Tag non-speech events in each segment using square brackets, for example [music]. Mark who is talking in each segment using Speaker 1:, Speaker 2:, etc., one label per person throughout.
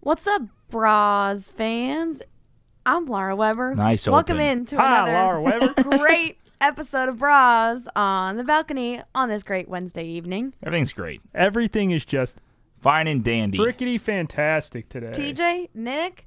Speaker 1: What's up, Bras fans? I'm Laura Weber.
Speaker 2: Nice
Speaker 1: Welcome
Speaker 2: open.
Speaker 1: in to
Speaker 2: Hi,
Speaker 1: another
Speaker 2: Laura
Speaker 3: [laughs]
Speaker 1: [laughs]
Speaker 2: Weber.
Speaker 1: great episode of Bras on the balcony on this great Wednesday evening.
Speaker 2: Everything's great.
Speaker 4: Everything is just
Speaker 2: Fine and dandy.
Speaker 4: frickety fantastic today.
Speaker 1: TJ, Nick,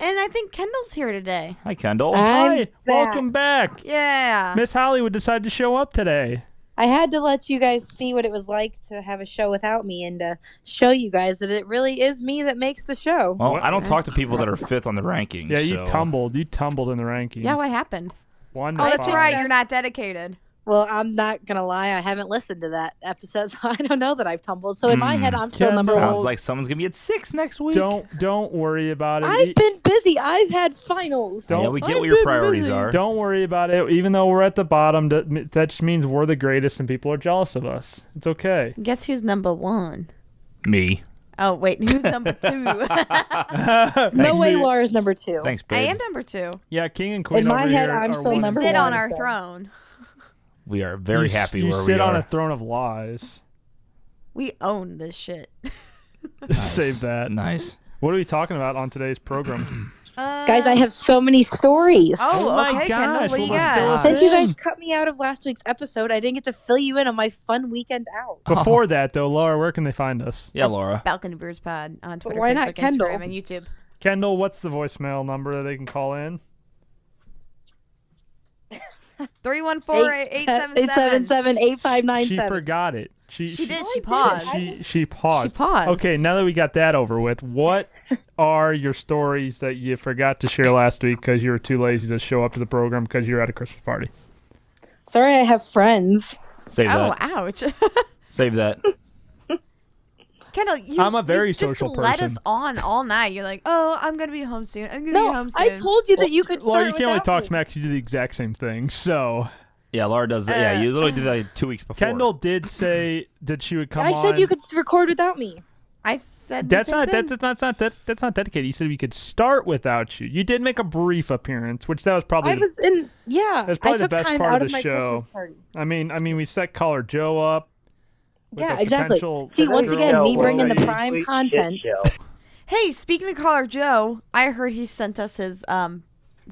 Speaker 1: and I think Kendall's here today.
Speaker 2: Hi, Kendall.
Speaker 1: Uh,
Speaker 4: Hi,
Speaker 3: I'm
Speaker 4: welcome back.
Speaker 1: Yeah.
Speaker 4: Miss Hollywood decided to show up today.
Speaker 3: I had to let you guys see what it was like to have a show without me and to show you guys that it really is me that makes the show.
Speaker 2: well, I
Speaker 1: uh,
Speaker 2: don't talk to people that are fifth on the rankings.
Speaker 4: Yeah, you
Speaker 2: so-
Speaker 4: tumbled. You tumbled in the rankings.
Speaker 1: yeah, what happened?
Speaker 4: One to
Speaker 1: Oh, that's
Speaker 4: five.
Speaker 1: right. You're not dedicated.
Speaker 3: Well, I'm not going to lie. I haven't listened to that episode, [laughs] so I don't know that I've tumbled. So in my
Speaker 2: Mm.
Speaker 3: head,
Speaker 4: Hmm,
Speaker 3: I'm still number
Speaker 4: Cancel.
Speaker 2: Sounds
Speaker 3: one.
Speaker 2: like someone's gonna be at six next week.
Speaker 4: Don't don't worry about it. E-
Speaker 3: I've been busy. I've had finals.
Speaker 4: Don't-
Speaker 2: yeah, we get
Speaker 1: I've
Speaker 2: what your
Speaker 1: been
Speaker 2: priorities
Speaker 1: busy.
Speaker 2: are.
Speaker 4: Don't worry about it. Even though we're at the bottom, that that just means we're the greatest and people are jealous of us. It's okay.
Speaker 1: Guess who's number one?
Speaker 2: Me.
Speaker 1: Oh, wait. Who's number
Speaker 3: [laughs]
Speaker 1: two? [laughs] I
Speaker 3: [laughs] no way,
Speaker 4: babe.
Speaker 3: Laura's number two.
Speaker 2: Thanks, babe.
Speaker 1: am number two.
Speaker 4: Yeah, king and queen.
Speaker 3: In my
Speaker 4: over
Speaker 3: head,
Speaker 4: here
Speaker 3: I'm
Speaker 4: are one
Speaker 3: still
Speaker 1: We
Speaker 4: and
Speaker 3: number
Speaker 4: four.
Speaker 1: sit on
Speaker 3: one,
Speaker 1: our
Speaker 3: so.
Speaker 1: throne.
Speaker 2: We are very
Speaker 4: You s-
Speaker 2: happy
Speaker 4: You
Speaker 2: where
Speaker 4: sit
Speaker 2: we
Speaker 4: on
Speaker 2: are.
Speaker 4: a throne of lies. [laughs]
Speaker 1: We own this shit.
Speaker 4: Save that.
Speaker 2: nice.
Speaker 4: What are we talking about on today's program?
Speaker 1: Uh,
Speaker 3: Guys, I have so many stories.
Speaker 1: Oh,
Speaker 4: Oh my
Speaker 1: okay, Kendall.
Speaker 4: gosh,
Speaker 1: What do you
Speaker 4: what was
Speaker 1: got?
Speaker 4: Phyllis-
Speaker 3: Since you guys
Speaker 4: Sam.
Speaker 3: cut me out of last week's episode, I didn't get to fill you in on my fun weekend out.
Speaker 4: Before that, though, Laura, where can they find us?
Speaker 2: Yeah, Laura.
Speaker 1: Balcony Brews Pod on Twitter,
Speaker 3: why
Speaker 1: Facebook,
Speaker 3: not Kendall?
Speaker 1: Instagram, and YouTube.
Speaker 4: Kendall, what's the voicemail number that they can call in?
Speaker 3: uh,
Speaker 1: 314-877.
Speaker 4: She
Speaker 3: 877-8597.
Speaker 4: forgot it. She
Speaker 1: She did.
Speaker 3: I
Speaker 1: She
Speaker 3: did.
Speaker 1: paused.
Speaker 4: She, she paused.
Speaker 1: She paused.
Speaker 4: Okay, now that we got that over with,
Speaker 3: [laughs]
Speaker 4: what are your stories that you forgot to share last week because you were too lazy to show up to the program because you were at a Christmas party?
Speaker 3: Sorry, I have friends.
Speaker 2: Save
Speaker 1: Oh,
Speaker 2: that.
Speaker 1: ouch. [laughs]
Speaker 2: Save that.
Speaker 1: Kendall, you,
Speaker 4: I'm a very
Speaker 1: you just
Speaker 4: social
Speaker 1: let us
Speaker 4: person.
Speaker 1: on all night. You're like, oh, I'm going to be home soon. I'm going to be home soon.
Speaker 3: I told you that you could.
Speaker 4: Laura,
Speaker 3: Start
Speaker 4: you can't really
Speaker 3: without
Speaker 4: talk
Speaker 3: me.
Speaker 4: smack. 'cause You did the exact same thing. So
Speaker 2: Yeah, Laura does that. Yeah, you literally did that like two weeks before.
Speaker 4: Kendall did say that she would come.
Speaker 3: I said you
Speaker 4: on-
Speaker 3: could record without me.
Speaker 1: I said the
Speaker 4: That's
Speaker 1: same
Speaker 4: not,
Speaker 1: thing.
Speaker 4: that's, that's not that's not that- that's not dedicated. You said we could start without you. You did make a brief appearance, which that was probably.
Speaker 3: I
Speaker 4: the-
Speaker 3: was in. Yeah,
Speaker 4: That's probably
Speaker 3: I
Speaker 4: the
Speaker 3: took
Speaker 4: best
Speaker 3: time
Speaker 4: part of
Speaker 3: out
Speaker 4: the
Speaker 3: of my
Speaker 4: show.
Speaker 3: Christmas party.
Speaker 4: I mean, I mean, we set caller Joe up. with
Speaker 3: Yeah,
Speaker 4: a
Speaker 3: exactly.
Speaker 4: potential
Speaker 3: See, once
Speaker 4: girl
Speaker 3: again, me
Speaker 4: or
Speaker 3: bringing the
Speaker 4: lady.
Speaker 3: prime content.
Speaker 1: Hey, speaking of caller Joe, I heard he sent us his um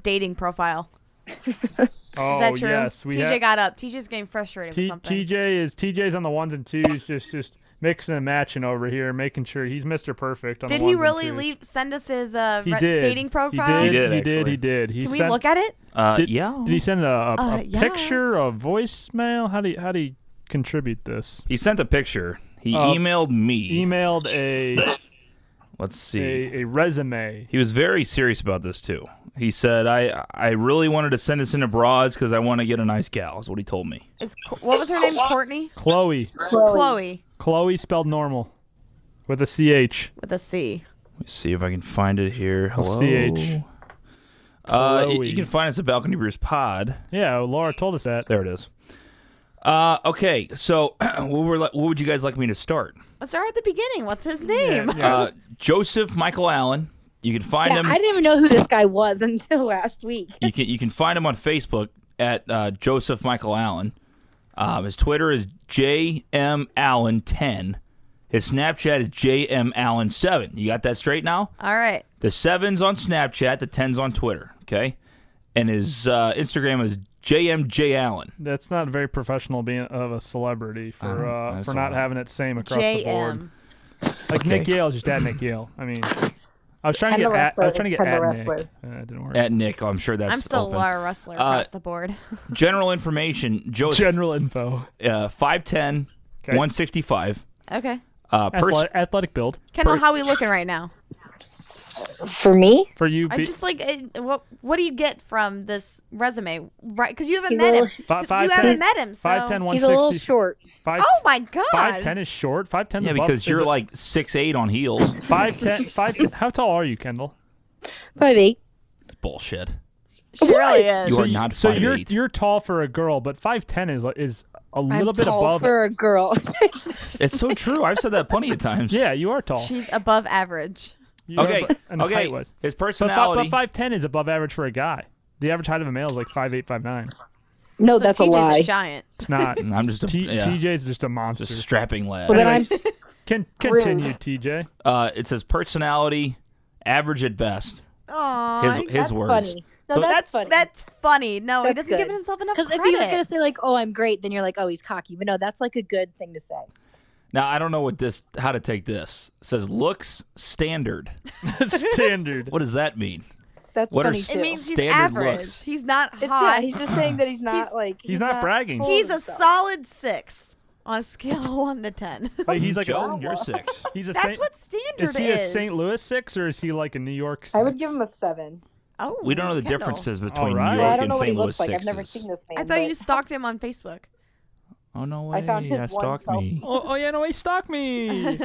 Speaker 1: dating profile.
Speaker 4: Oh
Speaker 1: Is that true?
Speaker 4: yes, we
Speaker 1: TJ
Speaker 4: have,
Speaker 1: got up. TJ's getting frustrated with
Speaker 4: T-
Speaker 1: something.
Speaker 4: TJ is TJ's on the ones and twos, just just mixing and matching over here, making sure he's Mr. Perfect. On the
Speaker 1: did
Speaker 4: ones
Speaker 1: he
Speaker 4: and
Speaker 1: really
Speaker 4: twos.
Speaker 1: leave send us his uh,
Speaker 4: He
Speaker 1: re-
Speaker 4: did.
Speaker 1: dating profile?
Speaker 4: He did.
Speaker 2: He did, actually.
Speaker 4: He did. He did. He
Speaker 1: Can we
Speaker 4: sent,
Speaker 1: look at it?
Speaker 2: Uh,
Speaker 4: Did,
Speaker 2: yeah.
Speaker 4: Did he send a, a,
Speaker 1: Uh,
Speaker 4: a
Speaker 1: yeah.
Speaker 4: picture, a voicemail? How do you, how do you contribute this?
Speaker 2: He sent a picture. He
Speaker 4: Uh,
Speaker 2: emailed me.
Speaker 4: Emailed a
Speaker 2: Let's see.
Speaker 4: a, a resume.
Speaker 2: He was very serious about this too. He said, "I I really wanted to send this into bras because I want to get a nice gal." Is what he told me.
Speaker 1: Is, Co- what was her name? Courtney?
Speaker 4: Chloe.
Speaker 3: Chloe.
Speaker 1: Chloe
Speaker 4: Chloe spelled normal, with a ch.
Speaker 1: with a C.
Speaker 2: Let me see if I can find it here. Hello.
Speaker 4: CH.
Speaker 2: Uh, y- you,
Speaker 4: Chloe.
Speaker 2: can find us at Balcony Brews Pod.
Speaker 4: Yeah, Laura told us that.
Speaker 2: There it is. Uh, okay, so [clears throat] what, were, what would you guys like me to start?
Speaker 1: Let's start at the beginning. What's his name? [laughs]
Speaker 2: Uh, Joseph Michael Allen. You can find
Speaker 3: Yeah,
Speaker 2: him.
Speaker 3: I didn't even know who this guy was [laughs] until last week.
Speaker 2: you can you can find him on Facebook at uh, Joseph Michael Allen. Um, his Twitter is JM Allen ten. His Snapchat is JM Allen seven. You got that straight now?
Speaker 1: All right.
Speaker 2: The sevens on Snapchat, the tens on Twitter. Okay, and his uh, Instagram is JMJ Allen.
Speaker 4: That's not very professional being of a celebrity for
Speaker 2: Uh-huh.
Speaker 4: uh,
Speaker 2: That's
Speaker 4: for
Speaker 2: all
Speaker 4: not
Speaker 2: right.
Speaker 4: having it same across the board.
Speaker 1: JM.
Speaker 4: Like
Speaker 2: Okay.
Speaker 4: Nick Yale, just add Nick Yale. I mean, I was trying to get
Speaker 3: I'm a
Speaker 4: at, I was
Speaker 3: wrestler.
Speaker 4: trying to get
Speaker 3: I'm a
Speaker 4: at Nick.
Speaker 3: wrestler.
Speaker 4: Uh, it didn't work.
Speaker 2: At Nick, I'm sure that's
Speaker 1: I'm still
Speaker 2: open.
Speaker 1: Laura Rustler
Speaker 2: Uh,
Speaker 1: across the board. [laughs]
Speaker 2: General information: Joe is
Speaker 4: General info.
Speaker 2: uh, 5'10",
Speaker 4: Okay.
Speaker 2: 165.
Speaker 1: okay.
Speaker 2: Uh, pers-
Speaker 4: Athle- athletic build
Speaker 1: Kendall,
Speaker 2: per-
Speaker 1: how we looking right
Speaker 4: [laughs]
Speaker 1: now?
Speaker 3: For me,
Speaker 4: for you.
Speaker 1: I
Speaker 4: be-
Speaker 1: just like it, what. What do you get from this resume? Right? Because you haven't
Speaker 3: He's
Speaker 1: met
Speaker 3: a
Speaker 1: him.
Speaker 3: little-
Speaker 1: 'Cause
Speaker 4: Fi-
Speaker 1: you
Speaker 4: 5'10"
Speaker 1: haven't met him. So.
Speaker 4: 5'10",
Speaker 3: he's a little
Speaker 4: 160
Speaker 3: short.
Speaker 4: five-
Speaker 1: Oh my god.
Speaker 4: 5'10 is short. 5'10
Speaker 2: yeah,
Speaker 4: above
Speaker 2: because
Speaker 4: is
Speaker 2: you're
Speaker 4: a-
Speaker 2: like six eight on heels. [laughs]
Speaker 4: 5'10", 5'10" How tall are you, Kendall?
Speaker 3: Five eight.
Speaker 2: Bullshit.
Speaker 1: She really is.
Speaker 2: You
Speaker 4: So
Speaker 2: are not
Speaker 4: So you're
Speaker 2: 5'8".
Speaker 4: you're tall for a girl, but 5'10 is like- is a
Speaker 3: I'm
Speaker 4: little bit
Speaker 3: tall
Speaker 4: above.
Speaker 3: for a girl. [laughs]
Speaker 2: It's so true. I've said that plenty of times.
Speaker 4: yeah, you are
Speaker 1: [laughs]
Speaker 4: tall.
Speaker 1: She's above average.
Speaker 4: You are
Speaker 2: Okay.
Speaker 4: ab- and
Speaker 2: okay.
Speaker 4: height was.
Speaker 2: His
Speaker 4: But, fi-
Speaker 2: personality.
Speaker 4: but five ten is above average for a guy. The average height of a male is like five eight, five nine.
Speaker 3: no,
Speaker 1: So
Speaker 3: Oh, that's a
Speaker 1: TJ's
Speaker 3: lie.
Speaker 1: giant.
Speaker 2: [laughs]
Speaker 4: It's not.
Speaker 2: And Mm, I'm just a
Speaker 4: T-
Speaker 2: yeah,
Speaker 4: TJ's just a monster.
Speaker 2: just strapping lad.
Speaker 3: Well, then I'm
Speaker 2: [laughs]
Speaker 4: Can continue, TJ.
Speaker 2: Uh, it says personality, average at best.
Speaker 1: Aw,
Speaker 2: His
Speaker 1: that's-
Speaker 2: his
Speaker 3: that's
Speaker 2: words.
Speaker 3: funny. No,
Speaker 2: So-
Speaker 3: that's,
Speaker 1: that's
Speaker 3: funny.
Speaker 1: that's funny. No, he
Speaker 3: That's
Speaker 1: doesn't give
Speaker 3: good.
Speaker 1: himself enough
Speaker 3: because
Speaker 1: credit.
Speaker 3: if he was gonna say like, "Oh, I'm great," then you're like, "Oh, he's cocky." But no, that's like a good thing to say.
Speaker 2: Now I don't know what this how to take this. It says looks standard.
Speaker 4: Standard.
Speaker 2: What does that mean?
Speaker 3: That's
Speaker 2: What are
Speaker 3: funny
Speaker 2: s-
Speaker 1: it
Speaker 3: too.
Speaker 1: means he's
Speaker 2: Standard
Speaker 1: average.
Speaker 2: looks.
Speaker 1: He's not
Speaker 3: it's
Speaker 1: hot.
Speaker 3: yeah, he's just saying that he's not like
Speaker 4: he's not bragging.
Speaker 3: full of
Speaker 1: he's a
Speaker 3: himself.
Speaker 1: solid six on a scale of [laughs] one to ten.
Speaker 4: Like [laughs] he's like
Speaker 2: Joe,
Speaker 4: a,
Speaker 2: you're six.
Speaker 4: he's a
Speaker 1: That's
Speaker 4: Saint,
Speaker 1: what standard
Speaker 4: is he a
Speaker 1: is.
Speaker 4: St. Louis six or is he like a New York? Six?
Speaker 3: I would give him a seven.
Speaker 1: Oh,
Speaker 2: We don't know the
Speaker 1: Kendall.
Speaker 2: differences between
Speaker 4: right.
Speaker 2: New
Speaker 3: Well, I
Speaker 2: York
Speaker 3: don't
Speaker 2: and
Speaker 3: know what
Speaker 2: St.
Speaker 3: he
Speaker 2: Louis
Speaker 3: looks like. I've never
Speaker 2: sixes.
Speaker 3: seen this man.
Speaker 1: I thought
Speaker 3: but
Speaker 1: you stalked him on Facebook.
Speaker 4: [laughs]
Speaker 2: Oh no way!
Speaker 3: I found his one
Speaker 2: stalked
Speaker 3: selfie.
Speaker 2: me.
Speaker 4: Oh, oh yeah, no, he stalked
Speaker 3: [laughs]
Speaker 4: me. There's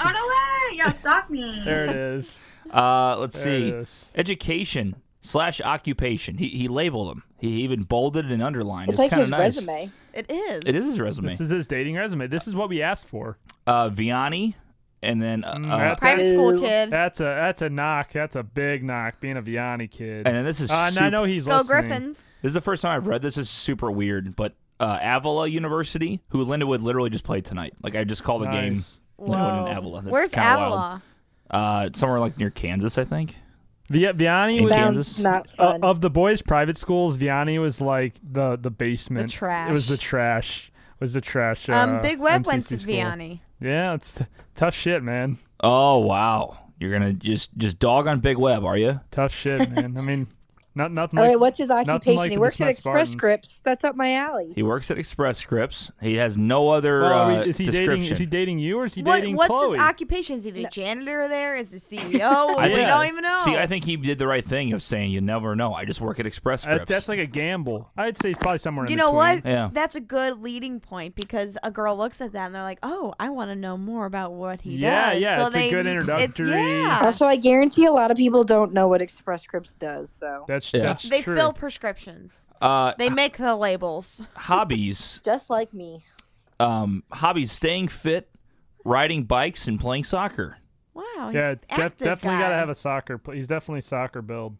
Speaker 5: Oh
Speaker 4: the,
Speaker 5: no way! Y'all stalk me.
Speaker 4: there it is.
Speaker 2: Uh, let's
Speaker 4: There it
Speaker 2: see.
Speaker 4: is.
Speaker 2: Education slash occupation. He he labeled them. He even bolded and underlined.
Speaker 3: It's
Speaker 2: It's,
Speaker 3: like
Speaker 2: kind
Speaker 3: his
Speaker 2: of nice.
Speaker 3: resume.
Speaker 1: [laughs] It is.
Speaker 2: It is his resume.
Speaker 4: This is his dating resume. This is what we asked for.
Speaker 2: uh, Vianney, and then uh,
Speaker 4: Mm,
Speaker 2: uh,
Speaker 4: that-
Speaker 1: Private school
Speaker 3: Ew.
Speaker 1: kid.
Speaker 4: That's a that's a knock. That's a big knock. Being a Vianney kid.
Speaker 2: and then this is
Speaker 4: uh, and
Speaker 2: super,
Speaker 4: I know he's
Speaker 1: Go
Speaker 4: listening.
Speaker 1: Griffins.
Speaker 2: this is the first time I've read this. this is super weird, but uh, Avila University, who Lindawood literally just played tonight. Like I just called a game
Speaker 4: Nice.
Speaker 2: Linwood and
Speaker 1: Whoa.
Speaker 2: Avila. That's
Speaker 1: Where's
Speaker 2: kinda wild.
Speaker 1: Avila?
Speaker 2: Uh, somewhere like near Kansas, I think.
Speaker 4: Vi- Vianney was
Speaker 2: Sounds
Speaker 3: Sounds
Speaker 2: Kansas?
Speaker 3: not
Speaker 4: uh,
Speaker 3: fun.
Speaker 4: of the boys' private schools. Vianney was like the the basement.
Speaker 1: The trash.
Speaker 4: It was the trash. Was the trash.
Speaker 1: Um,
Speaker 4: uh,
Speaker 1: Big Web went
Speaker 4: MCC
Speaker 1: to
Speaker 4: school.
Speaker 1: Vianney.
Speaker 4: Yeah, it's t- tough shit, man.
Speaker 2: Oh wow, you're gonna just just dog on Big Web, are you?
Speaker 1: [laughs]
Speaker 4: Tough shit, man. I mean, not nothing.
Speaker 3: All
Speaker 4: like-
Speaker 3: right, what's his
Speaker 4: nothing
Speaker 3: occupation?
Speaker 4: like
Speaker 3: he
Speaker 4: the
Speaker 3: works at
Speaker 4: Smith
Speaker 3: Express
Speaker 4: Spartans.
Speaker 3: Scripts. That's up my alley.
Speaker 2: He works at Express Scripts. He has no other
Speaker 4: Well, I mean,
Speaker 2: uh,
Speaker 4: is Oh, he
Speaker 2: description.
Speaker 4: dating? Is he dating you or is he
Speaker 1: What,
Speaker 4: dating
Speaker 1: what's
Speaker 4: Chloe? Oh,
Speaker 1: his occupation? Is he the janitor there?
Speaker 4: [laughs]
Speaker 1: Is the CEO?
Speaker 2: I
Speaker 1: we
Speaker 2: think-
Speaker 1: don't even know.
Speaker 2: See, I think he did the right thing of saying you never know. I just work at Express
Speaker 4: Uh,
Speaker 2: Scripts.
Speaker 4: that's like a gamble. I'd say he's probably somewhere.
Speaker 1: you
Speaker 4: in
Speaker 1: know
Speaker 4: between.
Speaker 1: what?
Speaker 2: Yeah.
Speaker 1: That's a good leading point because a girl looks at that and they're like, "Oh, I want to know more about what he
Speaker 4: Yeah,
Speaker 1: does."
Speaker 4: yeah,
Speaker 1: So
Speaker 4: it's a
Speaker 1: they-
Speaker 4: good introductory-
Speaker 1: It's, yeah.
Speaker 3: Also, Uh, I guarantee a lot of people don't know what Express Scripts does. So
Speaker 4: That's
Speaker 2: Yeah.
Speaker 4: that's
Speaker 1: They
Speaker 4: true.
Speaker 1: fill prescriptions.
Speaker 2: uh,
Speaker 1: They make the labels.
Speaker 2: hobbies.
Speaker 3: just like me,
Speaker 2: um, hobbies staying fit, riding bikes, and playing soccer.
Speaker 1: Wow. Oh, He's
Speaker 4: yeah, def-
Speaker 1: active
Speaker 4: definitely
Speaker 1: guy.
Speaker 4: gotta have a soccer. pl- He's definitely soccer build,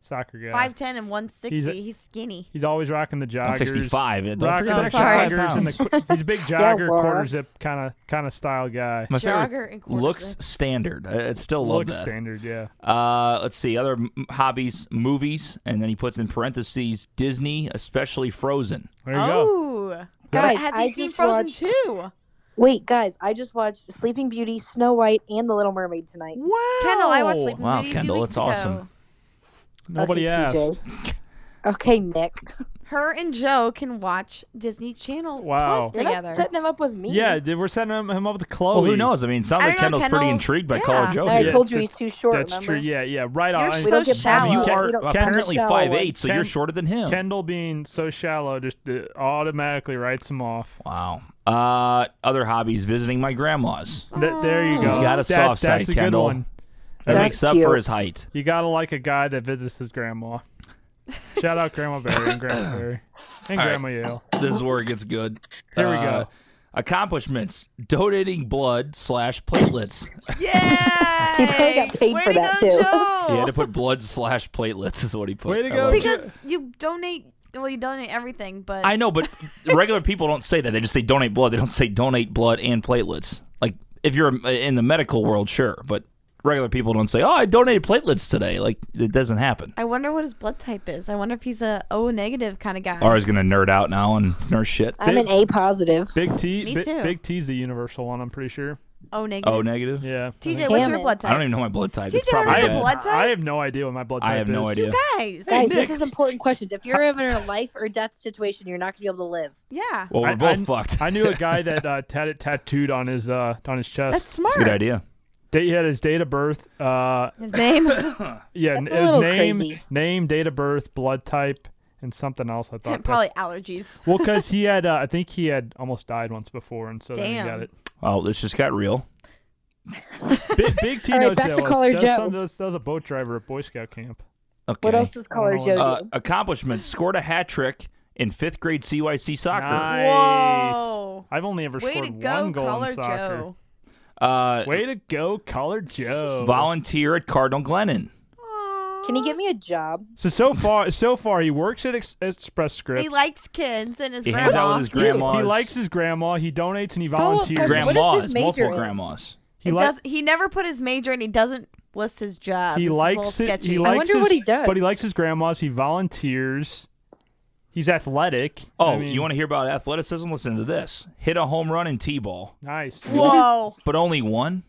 Speaker 4: soccer guy.
Speaker 1: five ten and one sixty.
Speaker 4: He's
Speaker 1: He's,
Speaker 4: a-
Speaker 1: skinny.
Speaker 4: He's always rocking the joggers.
Speaker 2: 65, it doesn't
Speaker 4: Rocking
Speaker 1: sound
Speaker 4: the
Speaker 1: like five
Speaker 4: joggers and the qu- he's a big
Speaker 3: Yeah,
Speaker 4: jogger,
Speaker 3: Lawrence.
Speaker 4: quarter zip kind of kind of style guy.
Speaker 2: My
Speaker 1: Jogger and quarter
Speaker 2: looks
Speaker 1: zip.
Speaker 2: standard. I, [laughs] I still love
Speaker 4: Looks
Speaker 2: that.
Speaker 4: standard, yeah.
Speaker 2: Uh, let's see other m- hobbies, movies, and then he puts in parentheses Disney, especially Frozen.
Speaker 4: There you go.
Speaker 1: Oh,
Speaker 3: guys.
Speaker 1: has he
Speaker 3: I
Speaker 1: seen
Speaker 3: just
Speaker 1: Frozen
Speaker 3: watched.
Speaker 1: too?
Speaker 3: Wait, guys, I just watched Sleeping Beauty, Snow White, and The Little Mermaid tonight.
Speaker 4: Wow,
Speaker 1: Kendall, I watched like
Speaker 2: Wow,
Speaker 1: maybe a few
Speaker 2: Kendall,
Speaker 1: weeks
Speaker 2: it's awesome.
Speaker 1: ago.
Speaker 4: Nobody
Speaker 3: Okay,
Speaker 4: asked.
Speaker 3: TJ. Okay, Nick,
Speaker 1: Her and Joe can watch Disney Channel
Speaker 4: Wow.
Speaker 1: Plus
Speaker 3: you're
Speaker 1: together.
Speaker 3: not setting him up with me.
Speaker 4: Yeah, they- we're setting him, him up with Chloe.
Speaker 2: Well, Oh, who knows? I mean, it sounds
Speaker 1: I
Speaker 2: like
Speaker 1: don't know,
Speaker 2: Kendall's pretty
Speaker 1: Kendall-
Speaker 2: intrigued by Color
Speaker 1: yeah.
Speaker 2: Joe.
Speaker 3: And I
Speaker 2: here.
Speaker 4: yeah,
Speaker 3: told you he's
Speaker 4: that's-
Speaker 3: too short.
Speaker 4: That's
Speaker 3: remember?
Speaker 4: true. Yeah, yeah. Right
Speaker 1: You're
Speaker 4: on.
Speaker 1: so
Speaker 3: don't get
Speaker 1: shallow.
Speaker 2: you
Speaker 3: shallow.
Speaker 2: are
Speaker 3: We don't-
Speaker 2: apparently
Speaker 3: Kendall's shallow.
Speaker 2: 5'8", so you're
Speaker 4: Ken-
Speaker 2: shorter than him.
Speaker 4: Kendall being so shallow just uh, automatically writes him off.
Speaker 2: wow. Uh, other hobbies: visiting my grandma's.
Speaker 4: Th- there you go.
Speaker 2: He's got a
Speaker 4: That-
Speaker 2: soft side,
Speaker 4: That's a
Speaker 2: Kendall.
Speaker 4: good one.
Speaker 2: That
Speaker 3: That's
Speaker 2: makes up
Speaker 3: cute.
Speaker 2: for his height.
Speaker 4: You gotta like a guy that visits his grandma. Shout out Grandma Barry
Speaker 2: [coughs]
Speaker 4: and Grandma Barry and Grandma Yale.
Speaker 2: This is where it gets good.
Speaker 4: Here we go.
Speaker 2: Uh, Accomplishments: donating blood slash platelets.
Speaker 1: Yeah.
Speaker 3: [laughs] He probably got paid
Speaker 1: Way
Speaker 3: for
Speaker 1: to
Speaker 3: that,
Speaker 1: go,
Speaker 3: too.
Speaker 2: [laughs] He
Speaker 1: Joe!
Speaker 2: had to put blood slash platelets is what he put.
Speaker 4: Way to
Speaker 2: I
Speaker 4: go,
Speaker 2: love it.
Speaker 4: Joe.
Speaker 1: because you donate. Well, you donate everything, but
Speaker 2: I know, but regular people don't say that. They just say donate blood. They don't say donate blood and platelets. Like if you're in the medical world, sure, but regular people don't say, "Oh, I donated platelets today." Like it doesn't happen.
Speaker 1: I wonder what his blood type is. I wonder if he's a O negative kind of guy.
Speaker 2: Ari's gonna nerd out now and nurse shit.
Speaker 3: I'm an A positive.
Speaker 4: Big T.
Speaker 1: Me
Speaker 4: Bi-
Speaker 1: too.
Speaker 4: Big T's the universal one. I'm pretty sure.
Speaker 1: O negative.
Speaker 2: Oh, negative.
Speaker 4: Yeah.
Speaker 1: TJ, what's
Speaker 3: Damn
Speaker 1: your
Speaker 3: it.
Speaker 1: blood
Speaker 2: I
Speaker 1: type?
Speaker 2: don't even know my blood type.
Speaker 1: TJ,
Speaker 2: It's probably
Speaker 1: I don't
Speaker 2: bad.
Speaker 1: know blood type?
Speaker 4: I have no idea what my blood type
Speaker 2: I have no
Speaker 4: is.
Speaker 2: idea.
Speaker 1: Guys.
Speaker 3: Guys, this is important questions. If you're ever in a life or death situation, you're not going to be able to live.
Speaker 1: [laughs] Yeah.
Speaker 2: Well, we're
Speaker 4: I-
Speaker 2: both
Speaker 4: I-
Speaker 2: fucked.
Speaker 4: I knew
Speaker 2: [laughs]
Speaker 4: a guy that uh, had it tattooed on his uh, on his chest.
Speaker 1: That's smart.
Speaker 2: Good idea.
Speaker 4: Date- he had his date of birth. Uh,
Speaker 1: His name. [laughs]
Speaker 4: yeah,
Speaker 3: That's a
Speaker 4: n- his
Speaker 3: little
Speaker 4: name,
Speaker 3: crazy.
Speaker 4: name, date of birth, blood type, and something else. I thought.
Speaker 1: [laughs]
Speaker 4: that-
Speaker 1: Probably allergies.
Speaker 4: Well, because he had, uh, I think he had almost died once before, and so then
Speaker 1: Damn.
Speaker 4: he got it.
Speaker 2: Oh, this just got real.
Speaker 4: Big, Big T
Speaker 3: All right,
Speaker 4: knows
Speaker 3: back
Speaker 4: that
Speaker 3: to
Speaker 4: was-
Speaker 3: Caller
Speaker 4: that was
Speaker 3: Joe.
Speaker 4: some- that was- that was a boat driver at Boy Scout camp.
Speaker 2: Okay.
Speaker 3: What else does Caller
Speaker 4: know
Speaker 3: Joe do?
Speaker 2: Uh, accomplishments: scored a hat trick in fifth grade CYC soccer.
Speaker 4: Nice.
Speaker 1: Whoa.
Speaker 4: I've only ever
Speaker 1: Way
Speaker 4: scored
Speaker 1: to go,
Speaker 4: one goal
Speaker 1: Color
Speaker 4: in soccer.
Speaker 1: Joe.
Speaker 2: Uh,
Speaker 4: Way to go, Color Joe.
Speaker 2: volunteer at Cardinal Glennon.
Speaker 3: Can you get me a job?
Speaker 4: so so far, so far, he works at Ex- Express Scripts.
Speaker 1: He likes kids and his
Speaker 2: He hangs
Speaker 1: grandma.
Speaker 2: out with his grandmas.
Speaker 4: He likes his grandma. He donates and he
Speaker 3: Follow-up
Speaker 4: volunteers.
Speaker 3: question, what is his
Speaker 2: grandmas,
Speaker 3: major
Speaker 2: multiple
Speaker 3: in?
Speaker 2: grandmas.
Speaker 4: he
Speaker 1: It
Speaker 4: li-
Speaker 1: does, he never put his major and he doesn't lists his job.
Speaker 4: He
Speaker 1: It's a little
Speaker 4: likes it.
Speaker 1: sketchy.
Speaker 4: He likes
Speaker 3: wonder
Speaker 4: his,
Speaker 3: what he does.
Speaker 4: But he likes his grandma's. He volunteers. He's athletic.
Speaker 2: Oh,
Speaker 4: I mean,
Speaker 2: you want to hear about athleticism? Listen to this: hit a home run in t-ball,
Speaker 4: nice?
Speaker 1: Whoa,
Speaker 2: but only one.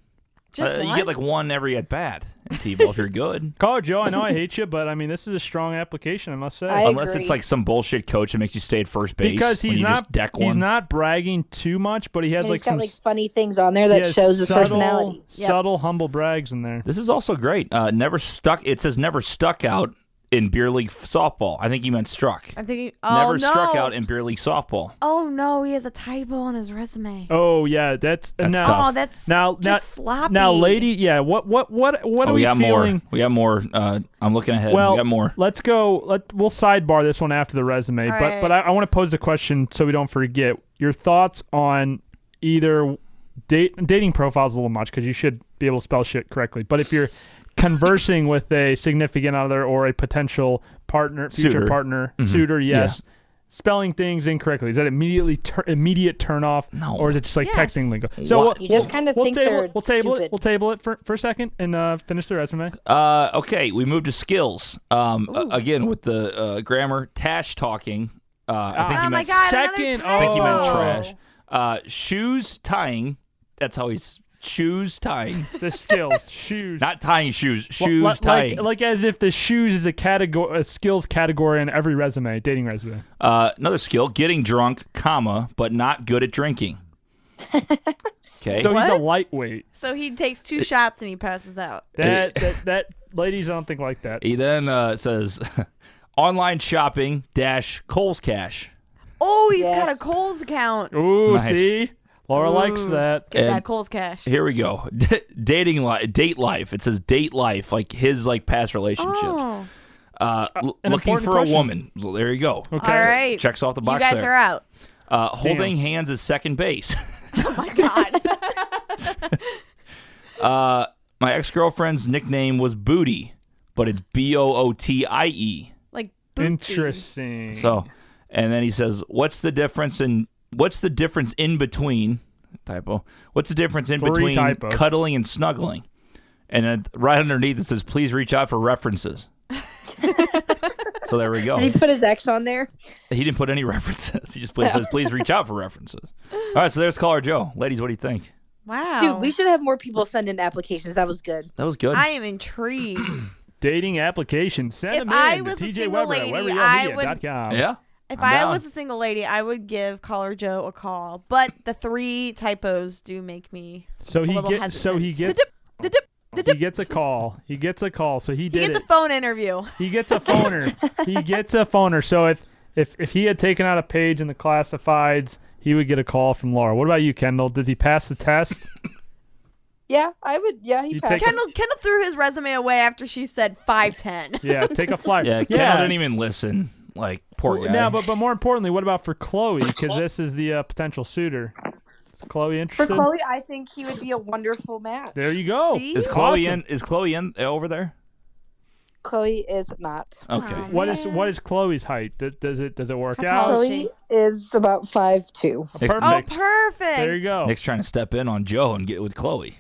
Speaker 1: just
Speaker 2: Uh,
Speaker 1: one?
Speaker 2: You get like one every at bat in t-ball if you're good.
Speaker 4: Caller Joe, I know I hate you, but I mean this is a strong application, I must say.
Speaker 3: [laughs] I-
Speaker 2: Unless
Speaker 3: agree.
Speaker 2: it's like some bullshit coach that makes you stay at first base
Speaker 4: because
Speaker 2: when
Speaker 4: he's
Speaker 2: you
Speaker 4: not
Speaker 2: just deck one.
Speaker 4: he's not bragging too much, but he has
Speaker 3: And
Speaker 4: like
Speaker 3: he's got
Speaker 4: some
Speaker 3: like
Speaker 4: s-
Speaker 3: funny things on there
Speaker 4: he
Speaker 3: that
Speaker 4: has
Speaker 3: shows his
Speaker 4: subtle, [laughs]
Speaker 3: personality.
Speaker 1: Yep.
Speaker 4: subtle humble brags in there.
Speaker 2: This is also great. Uh, never stuck. It says never stuck out in beer league f- softball. I think he meant struck.
Speaker 1: I'm thinking. Oh
Speaker 2: never
Speaker 1: no!
Speaker 2: struck out in beer league softball.
Speaker 1: oh no! He has a typo on his resume.
Speaker 4: Oh yeah, that's,
Speaker 2: That's
Speaker 4: now,
Speaker 2: tough.
Speaker 1: Oh, that's
Speaker 4: now
Speaker 1: just
Speaker 4: now
Speaker 1: sloppy.
Speaker 4: now, lady. Yeah, what what what what
Speaker 2: oh,
Speaker 4: are
Speaker 2: we got
Speaker 4: feeling?
Speaker 2: more. We got more. Uh, I'm looking ahead.
Speaker 4: Well,
Speaker 2: we got more.
Speaker 4: Let's go. Let we'll sidebar this one after the resume,
Speaker 1: All
Speaker 4: but
Speaker 1: right.
Speaker 4: but I, I want to pose the question so we don't forget your thoughts on either date dating profiles a little much because you should be able to spell shit correctly. But if
Speaker 3: [laughs]
Speaker 4: you're conversing with a significant other or a potential partner, future
Speaker 2: Suitor. Mm-hmm.
Speaker 4: partner, suitor, yes. Spelling things incorrectly is that immediately tur- immediate turn off,
Speaker 2: No.
Speaker 4: or is it just like
Speaker 1: Yes.
Speaker 4: texting lingo? So
Speaker 2: Wha-
Speaker 4: what-
Speaker 2: You
Speaker 3: just kinda
Speaker 4: we'll
Speaker 3: think
Speaker 4: table,
Speaker 3: they're
Speaker 4: we'll table it.
Speaker 3: stupid.
Speaker 4: We'll table it for, for a second and uh, finish the resume.
Speaker 2: Uh, okay, we moved to skills. Um, a- again with the uh, grammar, Tash talking. Uh, I think
Speaker 4: Ah.
Speaker 2: he
Speaker 1: Oh my
Speaker 2: meant.
Speaker 1: god! another
Speaker 4: second-
Speaker 1: typo.
Speaker 2: I think he meant
Speaker 4: Oh.
Speaker 2: trash. Uh, shoes tying. That's how he's shoes tying,
Speaker 4: The skills,
Speaker 2: [laughs]
Speaker 4: shoes,
Speaker 2: not tying shoes.
Speaker 4: Well,
Speaker 2: Shoes
Speaker 4: li-
Speaker 2: tying.
Speaker 4: Like, like as if the shoes is a category, a skills category in every resume, dating resume.
Speaker 2: Uh, another skill: getting drunk, comma, but not good at drinking.
Speaker 4: [laughs]
Speaker 2: Okay.
Speaker 4: So he's a
Speaker 1: What?
Speaker 4: lightweight.
Speaker 1: So he takes two shots and he passes out.
Speaker 2: Eh.
Speaker 4: That, that that ladies, I don't think like that.
Speaker 2: he then uh, says, [laughs] "Online shopping dash Kohl's Cash."
Speaker 1: Oh, he's got
Speaker 3: Yes.
Speaker 1: a Coles account.
Speaker 4: Ooh,
Speaker 2: Eh. Nice.
Speaker 4: see, Laura likes
Speaker 1: Ooh.
Speaker 4: that.
Speaker 1: Get
Speaker 2: And-
Speaker 1: that Coles cash.
Speaker 2: Here we go. [laughs] dating li- date life. It says date life, like his like past relationships.
Speaker 1: Oh,
Speaker 2: Uh, l-
Speaker 4: Ah, an
Speaker 2: looking
Speaker 4: important
Speaker 2: for
Speaker 4: question.
Speaker 2: a woman. So there you go.
Speaker 4: Okay.
Speaker 1: all right.
Speaker 2: Checks off the
Speaker 1: You
Speaker 2: box
Speaker 1: guys
Speaker 2: there.
Speaker 1: are out.
Speaker 2: uh, holding hands is second base. [laughs]
Speaker 1: Oh my god. [laughs]
Speaker 2: uh, my ex girlfriend's nickname was Booty, but it's B O O T I E.
Speaker 1: like booty.
Speaker 4: Interesting.
Speaker 2: So, and then he says, "What's the difference in what's the difference in between typo? What's the difference in
Speaker 4: Three
Speaker 2: between
Speaker 4: typos.
Speaker 2: cuddling and snuggling?" And then right underneath it says, "Please reach out for references." so there we go.
Speaker 3: Did he put his ex on there?
Speaker 2: He didn't put any references. He just please says, "Please reach out for references." All right, so there's caller Joe. Ladies, what do you think?
Speaker 1: Wow.
Speaker 3: Dude, we should have more people send in applications. That was good.
Speaker 2: That was good.
Speaker 1: I am intrigued.
Speaker 4: [clears throat] dating application. Send
Speaker 1: If
Speaker 4: them
Speaker 1: I
Speaker 4: in
Speaker 1: was a
Speaker 4: to TJ
Speaker 1: single
Speaker 4: Weber at
Speaker 1: lady, I would-
Speaker 4: weberyourmedia.com.
Speaker 2: yeah.
Speaker 1: If
Speaker 2: I'm
Speaker 1: I
Speaker 2: down.
Speaker 1: was a single lady, I would give Caller Joe a call. But the three typos do make me.
Speaker 4: So
Speaker 1: a
Speaker 4: he
Speaker 1: little
Speaker 4: gets. So he
Speaker 1: hesitant.
Speaker 4: gets. He gets a call. He gets a call. So he
Speaker 1: He
Speaker 4: did
Speaker 1: gets
Speaker 4: it.
Speaker 1: a phone
Speaker 4: [laughs]
Speaker 1: interview.
Speaker 4: He gets a phoner.
Speaker 3: [laughs]
Speaker 4: he gets a phoner. So if, if if he had taken out a page in the classifieds, he would get a call from Laura. What about you, Kendall? Does he pass the test?
Speaker 3: Yeah, I would. Yeah, he
Speaker 4: You
Speaker 3: passed.
Speaker 4: take a-
Speaker 1: Kendall Kendall threw his resume away after she said five ten.
Speaker 4: yeah, take a flyer.
Speaker 2: [laughs] Yeah. Kendall didn't even listen. Like poor guy.
Speaker 4: No, but but more importantly, what about for Chloe? Because this is the uh, potential suitor. Is Chloe
Speaker 3: For
Speaker 4: interested?
Speaker 3: Chloe, I think he would be a wonderful match.
Speaker 4: There you go.
Speaker 1: See?
Speaker 2: is Chloe
Speaker 4: Awesome.
Speaker 2: in? Is Chloe in over there?
Speaker 3: Chloe is not.
Speaker 2: Okay.
Speaker 1: Aw,
Speaker 4: What is
Speaker 1: man.
Speaker 4: what is Chloe's height? Th- Does it does it work
Speaker 1: How
Speaker 4: out?
Speaker 1: tall is
Speaker 3: Chloe is about five two.
Speaker 2: Nick's,
Speaker 1: Oh,
Speaker 4: [laughs] Perfect.
Speaker 1: perfect.
Speaker 4: There you go.
Speaker 2: Nick's trying to step in on Joe and get with Chloe.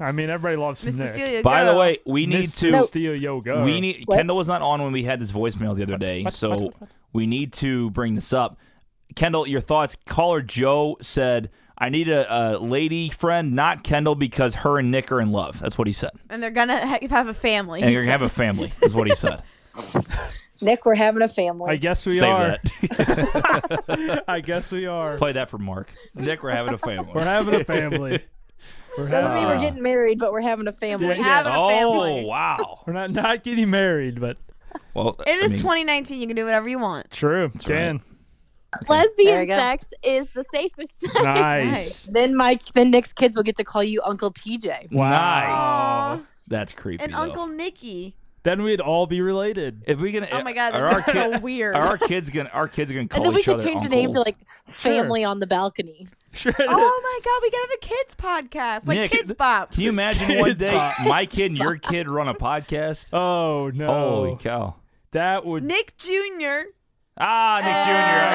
Speaker 4: I mean, everybody loves some
Speaker 1: Mrs.
Speaker 4: Nick.
Speaker 1: Steele, you
Speaker 2: By
Speaker 1: go.
Speaker 2: the way, we need
Speaker 4: Mr.
Speaker 2: to.
Speaker 4: Steele Yoga.
Speaker 2: We need.
Speaker 3: What?
Speaker 2: Kendall was not on when we had this voicemail the other day, so we need to bring this up. Kendall, your thoughts. Caller Joe said, "I need a, a lady friend, not Kendall, because her and Nick are in love." That's what he said,
Speaker 1: and they're gonna ha- have a family.
Speaker 2: and you're gonna have a family.
Speaker 1: [laughs]
Speaker 2: Is what he said.
Speaker 3: Nick, we're having a family.
Speaker 4: I guess we
Speaker 2: Save
Speaker 4: are.
Speaker 2: that.
Speaker 4: [laughs]
Speaker 2: [laughs]
Speaker 4: I guess we are.
Speaker 2: Play that for Mark. Nick, we're having a family.
Speaker 4: We're having
Speaker 2: [laughs]
Speaker 4: a family. We're
Speaker 3: Doesn't mean
Speaker 4: having.
Speaker 3: we're getting married, but we're having a family.
Speaker 1: Just having a
Speaker 2: oh
Speaker 1: family.
Speaker 2: wow.
Speaker 4: We're not not getting married, but
Speaker 2: Well,
Speaker 1: It is 2019. You can do whatever you want.
Speaker 4: true.
Speaker 2: Dan.
Speaker 4: Dan,
Speaker 3: There you
Speaker 5: Lesbian
Speaker 3: go.
Speaker 5: sex is the safest sex.
Speaker 4: nice.
Speaker 3: Then my then Nick's kids will get to call you Uncle TJ.
Speaker 2: Nice.
Speaker 1: Aw.
Speaker 2: That's creepy.
Speaker 1: And
Speaker 2: though.
Speaker 1: Uncle Nicky.
Speaker 4: Then we'd all be related.
Speaker 2: [laughs] If we can,
Speaker 1: Oh my god,
Speaker 2: are
Speaker 1: that's
Speaker 2: our
Speaker 1: so
Speaker 2: kid-
Speaker 1: weird.
Speaker 2: Are our kids gonna? Our kids are gonna call
Speaker 3: and then we
Speaker 2: each
Speaker 3: could
Speaker 2: other
Speaker 3: change the name to
Speaker 2: uncles?
Speaker 3: like Family on the Balcony.
Speaker 4: Sure.
Speaker 1: Oh my god, we gotta have a kids podcast, like
Speaker 2: Nick,
Speaker 1: Kids
Speaker 2: [laughs]
Speaker 1: Bop.
Speaker 4: [laughs]
Speaker 2: Can you imagine
Speaker 4: Kids
Speaker 2: one day
Speaker 4: Pop.
Speaker 2: my kid and your kid run a podcast?
Speaker 4: Oh no.
Speaker 2: Holy cow!
Speaker 4: That would.
Speaker 1: Nick Jr.
Speaker 2: Ah,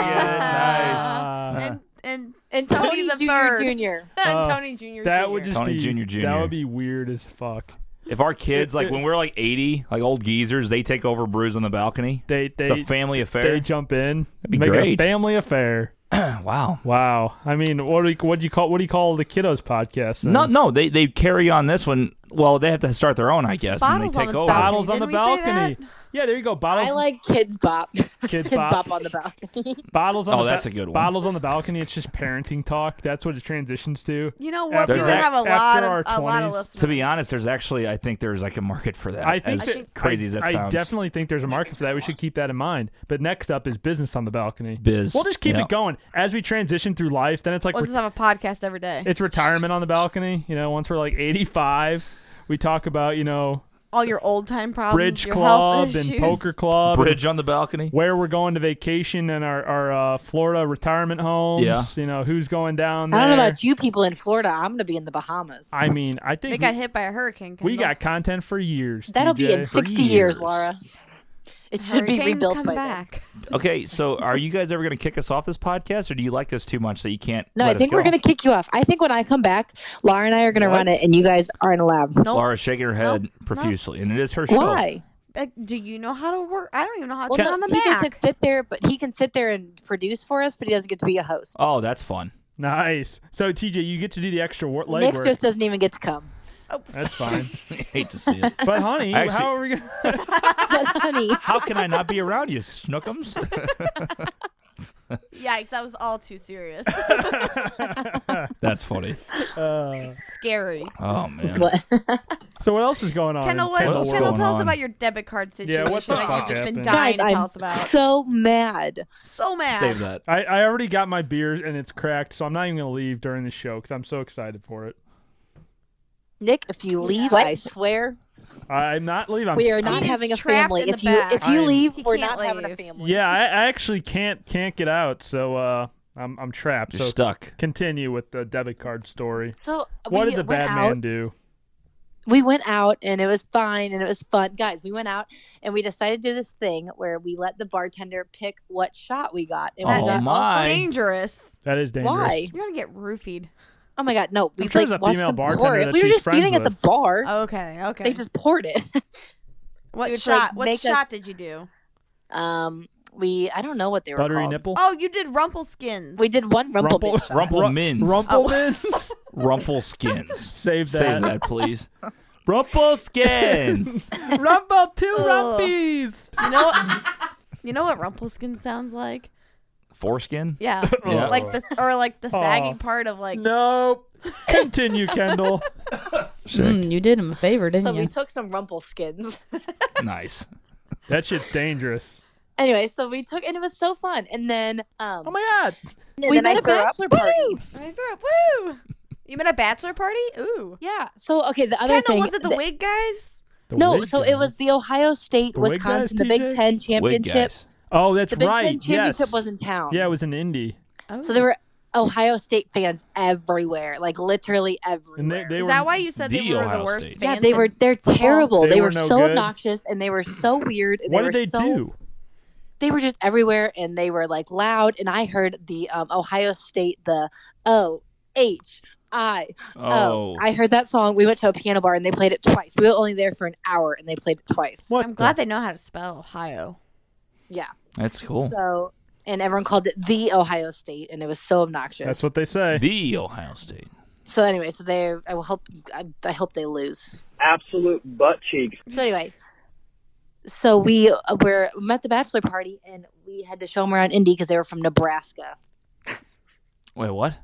Speaker 2: Nick Jr. I get
Speaker 4: [laughs]
Speaker 2: it. Nice.
Speaker 4: Ah.
Speaker 1: and and [laughs]
Speaker 3: And
Speaker 1: Tony
Speaker 3: Tony
Speaker 1: the
Speaker 3: Jr.
Speaker 1: third.
Speaker 3: Jr.
Speaker 1: and
Speaker 4: Oh,
Speaker 1: Tony Jr.
Speaker 4: That would just
Speaker 2: Tony
Speaker 4: be
Speaker 2: Junior Junior.
Speaker 4: that would be weird as fuck.
Speaker 2: If our kids, like
Speaker 4: it-
Speaker 2: when we're like 80, like old geezers, they take over brews on the balcony.
Speaker 4: They they
Speaker 2: it's a family affair.
Speaker 4: they jump in,
Speaker 2: be
Speaker 4: make
Speaker 2: great.
Speaker 4: it a family affair.
Speaker 2: wow.
Speaker 4: Wow. I mean, what do you, what do you call what do you call the kiddos podcast? then?
Speaker 2: No, no, they they carry on this one. Well, they have to start their own, I guess. and
Speaker 1: Bottles
Speaker 2: they
Speaker 1: on
Speaker 2: take
Speaker 1: the
Speaker 2: over.
Speaker 1: balcony.
Speaker 4: bottles on the
Speaker 1: Didn't we say
Speaker 4: balcony. Yeah, there you go.
Speaker 2: Oh.
Speaker 4: Bottles
Speaker 3: I like Kids Bop. [laughs] Kids,
Speaker 4: Bop.
Speaker 3: Bop on the balcony.
Speaker 4: bottles on
Speaker 2: Oh,
Speaker 4: the
Speaker 2: that's a good one.
Speaker 4: Bottles on the balcony. It's just parenting talk. That's what it transitions to.
Speaker 1: You know what?
Speaker 4: After
Speaker 1: we would
Speaker 2: that-
Speaker 1: have a
Speaker 4: after
Speaker 1: lot of
Speaker 4: our
Speaker 1: a lot of
Speaker 4: 20s,
Speaker 1: listeners.
Speaker 2: To be honest, there's actually I think there's like a market for that.
Speaker 4: I think
Speaker 2: as
Speaker 4: that-
Speaker 2: crazy as that
Speaker 4: I, I
Speaker 2: sounds.
Speaker 4: definitely think there's a market for that. We should keep that in mind. But next up is business on the balcony.
Speaker 2: Biz,
Speaker 4: We'll just keep
Speaker 2: yeah.
Speaker 4: it going as we transition through life. Then it's like
Speaker 1: we'll
Speaker 4: we're
Speaker 1: just have a podcast every day.
Speaker 4: it's retirement on the balcony. You know, once we're like 85, we talk about you know
Speaker 1: All your old time problems,
Speaker 4: bridge
Speaker 1: your
Speaker 4: club
Speaker 1: health
Speaker 4: and
Speaker 1: issues.
Speaker 4: poker club, and
Speaker 2: Bridge on the balcony.
Speaker 4: where we're going to vacation and our our uh, Florida retirement homes.
Speaker 2: Yeah.
Speaker 4: You know who's going down there.
Speaker 3: I don't know about you people in Florida. I'm going to be in the Bahamas.
Speaker 4: I mean, I think
Speaker 1: They got hit by a hurricane.
Speaker 4: we, we
Speaker 1: Kendall.
Speaker 4: got content for years.
Speaker 3: That'll be in
Speaker 4: TJ.
Speaker 3: 60 years,
Speaker 2: years.
Speaker 3: Laura. It should be
Speaker 1: Hurricanes
Speaker 3: rebuilt
Speaker 1: come
Speaker 3: by then.
Speaker 1: back.
Speaker 2: Okay, so are you guys ever going to kick us off this podcast, or do you like us too much that you can't?
Speaker 3: No,
Speaker 2: let
Speaker 3: I think
Speaker 2: us
Speaker 3: we're
Speaker 2: go?
Speaker 3: going to kick you off. I think when I come back, Laura and I are going to
Speaker 2: What?
Speaker 3: run it, and you guys aren't allowed.
Speaker 1: Nope.
Speaker 2: Laura's shaking her head
Speaker 1: Nope, nope.
Speaker 2: profusely, and it is her show.
Speaker 3: Why?
Speaker 1: Uh, do you know how to work? I don't even know how to
Speaker 3: Well,
Speaker 1: turn
Speaker 3: no,
Speaker 1: on the
Speaker 3: TJ
Speaker 1: Mac.
Speaker 3: could sit there, but he can sit there and produce for us, but he doesn't get to be a host.
Speaker 2: Oh, that's fun. [laughs]
Speaker 4: Nice. So TJ, you get to do the extra wor-
Speaker 3: Nick
Speaker 4: legwork.
Speaker 3: just doesn't even get
Speaker 1: [laughs]
Speaker 3: to come. [laughs]
Speaker 4: That's fine.
Speaker 2: I hate to see it.
Speaker 4: But
Speaker 2: [laughs]
Speaker 4: honey,
Speaker 2: Actually-
Speaker 4: how are we gonna?
Speaker 3: But, honey,
Speaker 2: How can I not be around you, Snookums? [laughs]
Speaker 1: Yikes, that was all too
Speaker 4: [laughs]
Speaker 1: serious.
Speaker 2: that's funny.
Speaker 1: Scary.
Speaker 2: Oh man.
Speaker 3: what?
Speaker 4: uh, So what else is going on? in
Speaker 1: Kendall, what, Kendall
Speaker 2: Kendall, what's
Speaker 1: tell us
Speaker 2: going on?
Speaker 1: about your debit card situation
Speaker 4: Yeah, what the
Speaker 1: that
Speaker 4: fuck
Speaker 1: you've just been dying
Speaker 4: happened?
Speaker 3: guys,
Speaker 1: to tell
Speaker 3: I'm
Speaker 1: us about.
Speaker 3: so mad.
Speaker 1: So mad.
Speaker 2: Save that.
Speaker 4: I, I already got my beer and it's cracked, so I'm not even gonna leave during the show because I'm so excited for it.
Speaker 3: Nick, if you leave, I swear
Speaker 4: I, I'm not leaving. I'm
Speaker 3: we are
Speaker 4: s-
Speaker 1: He
Speaker 3: not
Speaker 1: is
Speaker 3: having a
Speaker 1: trapped
Speaker 3: family.
Speaker 1: in the
Speaker 3: If you
Speaker 1: back.
Speaker 3: if you
Speaker 4: I'm-
Speaker 3: leave,
Speaker 1: He
Speaker 3: we're
Speaker 1: can't
Speaker 3: not having a
Speaker 1: leave.
Speaker 3: family.
Speaker 4: Yeah, I, I actually can't can't get out, so uh, I'm I'm trapped.
Speaker 2: You're
Speaker 4: so
Speaker 2: stuck.
Speaker 4: continue with the debit card story.
Speaker 3: So uh,
Speaker 4: what
Speaker 3: we
Speaker 4: did the
Speaker 3: went
Speaker 4: bad
Speaker 3: out.
Speaker 4: man do?
Speaker 3: we went out and it was fine and it was fun guys we went out and we decided to do this thing where we let the bartender pick what shot we got and we
Speaker 2: Oh,
Speaker 3: got all
Speaker 2: my.
Speaker 3: sorts-
Speaker 1: Dangerous.
Speaker 4: That is dangerous.
Speaker 3: why
Speaker 1: You're gonna get roofied.
Speaker 3: oh my god no we
Speaker 4: sure
Speaker 3: like
Speaker 4: there's a
Speaker 3: watched
Speaker 4: female
Speaker 3: them
Speaker 4: bartender
Speaker 3: pour it.
Speaker 4: that
Speaker 3: we were
Speaker 4: she's
Speaker 3: just standing
Speaker 4: friends
Speaker 3: at the bar
Speaker 1: Okay, okay.
Speaker 3: they just poured it [laughs]
Speaker 1: what
Speaker 3: they would,
Speaker 1: shot?
Speaker 3: like,
Speaker 1: what
Speaker 3: make
Speaker 1: shot
Speaker 3: us-
Speaker 1: did you do?
Speaker 3: um we i don't know what they were
Speaker 4: Buttery
Speaker 3: called.
Speaker 4: nipple.
Speaker 1: Oh, you did Rumpelskins.
Speaker 3: we did one rumple,
Speaker 4: Rumple-
Speaker 3: bit shot.
Speaker 2: Rumple mins.
Speaker 4: Rumplemans.
Speaker 3: Oh.
Speaker 2: Rumple skins.
Speaker 4: [laughs] Save that.
Speaker 2: Save that,
Speaker 4: [laughs]
Speaker 2: please. Rumple skins.
Speaker 4: Rumble
Speaker 3: [laughs]
Speaker 4: two
Speaker 3: Oh.
Speaker 1: Ugh.
Speaker 4: rumpies.
Speaker 1: You know. you know what Rumpelskin sounds like?
Speaker 2: Foreskin.
Speaker 1: Yeah.
Speaker 2: [laughs] Yeah.
Speaker 1: Like the or like the saggy part of like.
Speaker 3: [laughs]
Speaker 4: Nope. Continue, Kendall.
Speaker 1: Mm, you did him a favor, didn't
Speaker 3: so we took some rumple skins [laughs]
Speaker 2: Nice.
Speaker 4: that shit's dangerous.
Speaker 3: anyway so we took and it was so fun and then um
Speaker 4: Oh my god.
Speaker 3: and we met a bachelor party
Speaker 1: I threw up. Woo! You meant a bachelor party? Ooh.
Speaker 3: yeah so okay the other
Speaker 1: Kendall,
Speaker 3: thing
Speaker 1: was it the
Speaker 3: th-
Speaker 1: wig guys?
Speaker 4: The
Speaker 3: No,
Speaker 4: wig
Speaker 3: so
Speaker 4: guy.
Speaker 3: it was the Ohio State,
Speaker 4: The wig guys,
Speaker 3: Wisconsin, the Big
Speaker 4: TJ?
Speaker 3: Ten
Speaker 2: Wig
Speaker 3: championship.
Speaker 2: guys.
Speaker 4: Oh, that's
Speaker 3: The Big
Speaker 4: right.
Speaker 3: Ten championship
Speaker 4: yes.
Speaker 3: was in town.
Speaker 4: Yeah, it was in Indy.
Speaker 1: Oh.
Speaker 3: So there were Ohio State fans everywhere, like literally
Speaker 4: And they,
Speaker 3: everywhere.
Speaker 4: they
Speaker 1: Is
Speaker 4: were
Speaker 1: that why you said
Speaker 2: the
Speaker 1: they were
Speaker 2: Ohio
Speaker 1: the worst
Speaker 2: State.
Speaker 3: yeah,
Speaker 1: fans
Speaker 3: they
Speaker 1: in-
Speaker 3: were. They're terrible.
Speaker 4: They
Speaker 3: They,
Speaker 4: were
Speaker 3: were,
Speaker 4: no
Speaker 3: so
Speaker 4: good.
Speaker 3: obnoxious, and they were so weird. And
Speaker 4: What
Speaker 3: they
Speaker 4: did
Speaker 3: were
Speaker 4: they
Speaker 3: so,
Speaker 4: do?
Speaker 3: They were just everywhere, and they were like loud. And I heard the um, Ohio State, the O H I
Speaker 2: Oh.
Speaker 3: O. I heard that song. We went to a piano bar, and they played it twice. We were only there for an hour, and they played it twice.
Speaker 4: What
Speaker 1: I'm glad they know how to spell Ohio.
Speaker 3: Yeah.
Speaker 2: That's cool.
Speaker 3: So, and everyone called it the Ohio State, and it was so obnoxious.
Speaker 4: the- That's what they say. [laughs]
Speaker 2: The Ohio State.
Speaker 3: so anyway, so they, I will hope, I, I hope they lose.
Speaker 6: absolute butt cheeks.
Speaker 3: So anyway, so we uh, were met the bachelor party, and we had to show them around Indy because they were from Nebraska.
Speaker 2: Wait, what?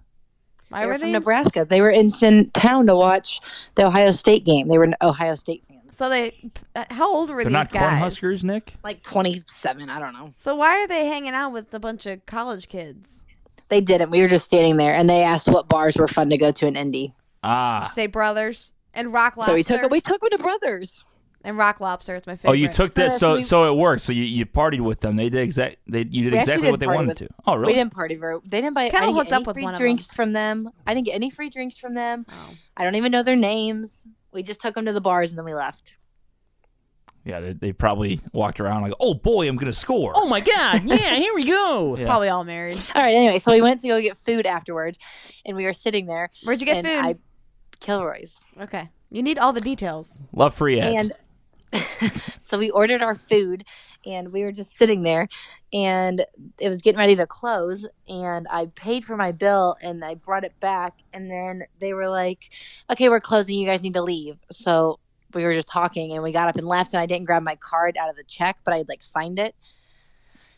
Speaker 1: Why
Speaker 3: They
Speaker 1: were
Speaker 3: were from
Speaker 1: they?
Speaker 3: Nebraska. They were in tin- town to watch the Ohio State game. They were an Ohio State fans,
Speaker 1: So they, uh, how old were
Speaker 2: They're
Speaker 1: these
Speaker 2: not
Speaker 1: guys?
Speaker 2: Cornhuskers, Nick.
Speaker 3: like twenty seven. I don't know.
Speaker 1: So why are they hanging out with a bunch of college kids?
Speaker 3: They didn't. We were just standing there, and they asked what bars were fun to go to in Indy.
Speaker 2: Ah.
Speaker 1: Say brothers and rock lobster.
Speaker 3: So we took we took them to Brothers.
Speaker 1: and rock lobster. It's my favorite.
Speaker 2: Oh, you took
Speaker 3: So
Speaker 2: this,
Speaker 3: if
Speaker 2: so
Speaker 3: we-
Speaker 2: so it worked. So you, you partied with them. They did exact. They you did
Speaker 3: We actually
Speaker 2: exactly
Speaker 3: did
Speaker 2: what they
Speaker 3: party
Speaker 2: wanted
Speaker 3: with
Speaker 2: to. Oh, really?
Speaker 3: We didn't party very. They didn't buy. I
Speaker 1: Kinda
Speaker 3: didn't
Speaker 1: hooked
Speaker 3: get
Speaker 1: up
Speaker 3: any
Speaker 1: with
Speaker 3: free
Speaker 1: one of
Speaker 3: drinks from them. I didn't get any free drinks from them.
Speaker 1: Oh.
Speaker 3: I don't even know their names. We just took them to the bars and then we left.
Speaker 2: Yeah, they, they probably walked around like, oh boy, I'm gonna score. Oh my
Speaker 3: [laughs]
Speaker 2: god, yeah, here we go.
Speaker 1: Probably all married.
Speaker 3: All right. Anyway, so we went to go get food afterwards, and we were sitting there.
Speaker 1: Where'd you get
Speaker 3: and
Speaker 1: food?
Speaker 3: I, Kilroy's.
Speaker 1: Okay. You need all the details.
Speaker 2: Love free ads.
Speaker 3: and [laughs] so we ordered our food and we were just sitting there and it was getting ready to close and i paid for my bill and i brought it back and then they were like okay we're closing you guys need to leave so we were just talking and we got up and left and i didn't grab my card out of the check but i had like signed it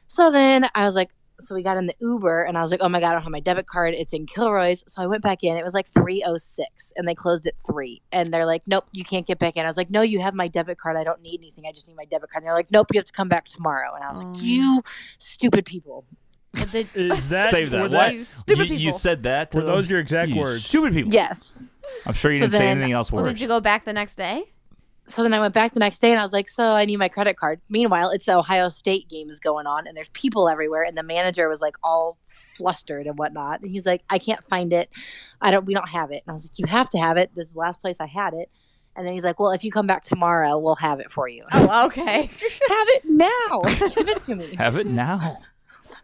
Speaker 3: so then i was like so we got in the uber and i was like oh my god i don't have my debit card it's in kilroy's so i went back in it was like 306 and they closed at 3 and they're like nope you can't get back in i was like no you have my debit card i don't need anything i just need my debit card and they're like nope you have to come back tomorrow and i was
Speaker 1: Oh.
Speaker 3: like you stupid people
Speaker 1: But they-
Speaker 4: Is that
Speaker 2: Save that.
Speaker 4: were
Speaker 2: What?
Speaker 1: You stupid
Speaker 2: you, you
Speaker 1: people.
Speaker 2: said that. to
Speaker 4: Were those
Speaker 2: them?
Speaker 4: your exact
Speaker 2: You
Speaker 4: words?
Speaker 2: Stupid people.
Speaker 3: yes
Speaker 2: I'm sure you
Speaker 3: So
Speaker 2: didn't say
Speaker 3: then-
Speaker 2: anything else
Speaker 1: well,
Speaker 2: worse.
Speaker 1: did you go back the next day?
Speaker 3: so then I went back the next day and I was like, so I need my credit card. Meanwhile, it's the Ohio State game is going on and there's people everywhere. And the manager was like all flustered and whatnot. And he's like, I can't find it. I don't, we don't have it. And I was like, you have to have it. This is the last place I had it. And then he's like, well, if you come back tomorrow, we'll have it for you. have
Speaker 1: Oh, okay. [laughs]
Speaker 3: it now.
Speaker 4: [laughs]
Speaker 3: Give it to me.
Speaker 2: Have it now.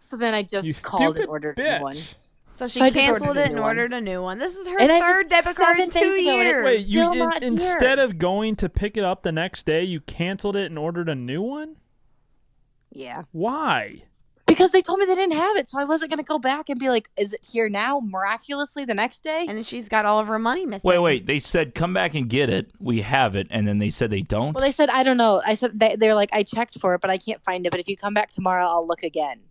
Speaker 3: So then I just
Speaker 4: You
Speaker 3: called and
Speaker 4: stupid
Speaker 3: ordered
Speaker 4: bitch.
Speaker 3: one.
Speaker 1: So she
Speaker 3: So I just
Speaker 1: canceled
Speaker 3: ordered a
Speaker 1: it and
Speaker 3: new one.
Speaker 1: ordered a new one. This is her
Speaker 3: And I
Speaker 1: third
Speaker 3: was
Speaker 1: debit card in
Speaker 3: seven
Speaker 1: two
Speaker 3: days ago and it's-
Speaker 1: years.
Speaker 4: Wait, you
Speaker 3: Still
Speaker 4: in-
Speaker 3: not here.
Speaker 4: instead of going to pick it up the next day, you canceled it and ordered a new one?
Speaker 3: Yeah.
Speaker 4: Why?
Speaker 3: Because they told me they didn't have it. So I wasn't going to go back and be like, is it here now miraculously the next day?
Speaker 1: and then she's got all of her money missing.
Speaker 2: Wait, wait. They said come back and get it. We have it, and then they said they don't.
Speaker 3: Well, they said I don't know. I said they, they're like I checked for it, but I can't find it. But if you come back tomorrow, I'll look again.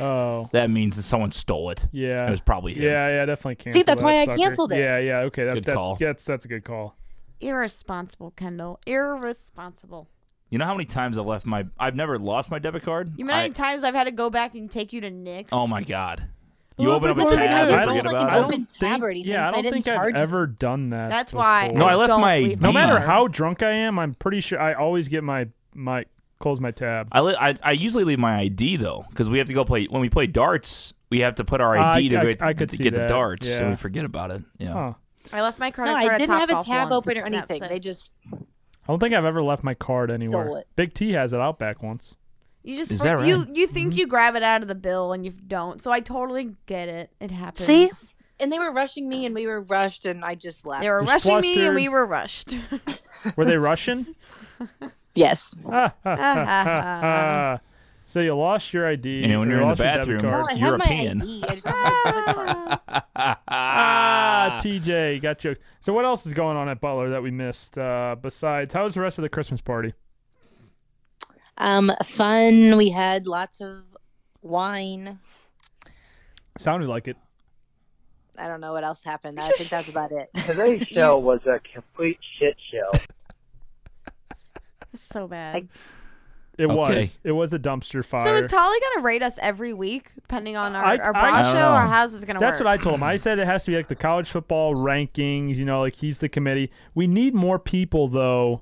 Speaker 4: Oh.
Speaker 2: that means that someone stole it.
Speaker 4: Yeah.
Speaker 2: It was probably him.
Speaker 4: yeah, yeah, definitely canceled.
Speaker 3: See, that's
Speaker 4: that
Speaker 3: why I
Speaker 4: sucker.
Speaker 3: canceled it.
Speaker 4: Yeah, yeah, okay. That,
Speaker 2: Good
Speaker 4: that-
Speaker 2: call.
Speaker 4: That's, that's a good call.
Speaker 1: Irresponsible, Kendall. Irresponsible.
Speaker 2: You know how many times I've left my? I've never lost my debit card.
Speaker 1: You know how
Speaker 2: I-
Speaker 1: many times I've had to go back and take you to Nick's?
Speaker 2: Oh my god. You
Speaker 4: Well,
Speaker 2: open up
Speaker 3: but
Speaker 2: a
Speaker 3: then I
Speaker 2: tab and
Speaker 3: just was
Speaker 2: forget
Speaker 3: like,
Speaker 2: about
Speaker 3: an
Speaker 2: it.
Speaker 4: I don't
Speaker 3: open tab or anything,
Speaker 4: Yeah,
Speaker 3: so
Speaker 4: I
Speaker 3: I
Speaker 4: don't
Speaker 3: didn't
Speaker 4: think I've
Speaker 3: charge you.
Speaker 4: ever done that.
Speaker 1: That's why.
Speaker 4: before.
Speaker 2: No, I left
Speaker 1: don't
Speaker 2: my
Speaker 1: leave
Speaker 2: No
Speaker 4: No
Speaker 2: Dean.
Speaker 4: matter
Speaker 1: card.
Speaker 4: how drunk I am, I'm pretty sure I always get my my close my tab.
Speaker 2: I, li- I I usually leave my ID though because we have to go play when we play darts. We have to put our
Speaker 4: I-
Speaker 2: ID to,
Speaker 4: I-
Speaker 2: go,
Speaker 4: I could
Speaker 2: to
Speaker 4: see
Speaker 2: get the
Speaker 4: that,
Speaker 2: darts, so
Speaker 4: yeah.
Speaker 2: we forget about it. Yeah.
Speaker 4: Huh.
Speaker 1: I left my credit
Speaker 3: No,
Speaker 1: card.
Speaker 3: I
Speaker 1: at
Speaker 3: didn't have a
Speaker 1: Topgolf
Speaker 3: tab
Speaker 1: once.
Speaker 3: open or
Speaker 1: That's
Speaker 3: anything.
Speaker 1: it.
Speaker 3: They just
Speaker 4: I don't think I've ever left my card anywhere.
Speaker 3: Stole it.
Speaker 4: Big T has it out back once.
Speaker 1: You just
Speaker 2: Is
Speaker 1: for-
Speaker 2: that
Speaker 1: you
Speaker 2: right?
Speaker 1: you
Speaker 3: Mm-hmm.
Speaker 1: think you grab it out of the bill and you don't. So I totally get it. It happens.
Speaker 3: see, and they were rushing me, and we were rushed, and I just left.
Speaker 1: They were
Speaker 4: Just
Speaker 1: rushing me
Speaker 4: flustered.
Speaker 1: and we were
Speaker 4: [laughs]
Speaker 1: rushed.
Speaker 4: Were they
Speaker 3: [laughs]
Speaker 4: Russian? [laughs]
Speaker 3: yes.
Speaker 4: Ah, ah, ah, ah, ah. so you lost your ID.
Speaker 2: You know, when
Speaker 4: so
Speaker 2: you're
Speaker 4: you
Speaker 2: in the
Speaker 4: lost your debit
Speaker 2: bathroom,
Speaker 4: card.
Speaker 3: No, I
Speaker 2: European.
Speaker 3: have my ID. I just don't have my [laughs] credit card.
Speaker 2: [laughs]
Speaker 4: Ah, TJ, got jokes. So what else is going on at Butler that we missed? Uh, besides, how was the rest of the Christmas party?
Speaker 3: Um, fun. We had lots of wine.
Speaker 4: Sounded like it.
Speaker 3: I don't know what else happened. I think that's about it.
Speaker 2: [laughs]
Speaker 6: Today's show was a complete shit show.
Speaker 1: so bad.
Speaker 3: Like,
Speaker 4: It
Speaker 2: Okay.
Speaker 4: was. It was a dumpster fire.
Speaker 1: So is Tolly gonna rate us every week, depending on our,
Speaker 4: I-
Speaker 1: our
Speaker 4: I-
Speaker 1: bra
Speaker 4: I
Speaker 1: show
Speaker 2: don't know.
Speaker 1: or how's this gonna
Speaker 4: That's
Speaker 1: work?
Speaker 4: what I told him. I said it has to be like the college football rankings, you know, like he's the committee. We need more people though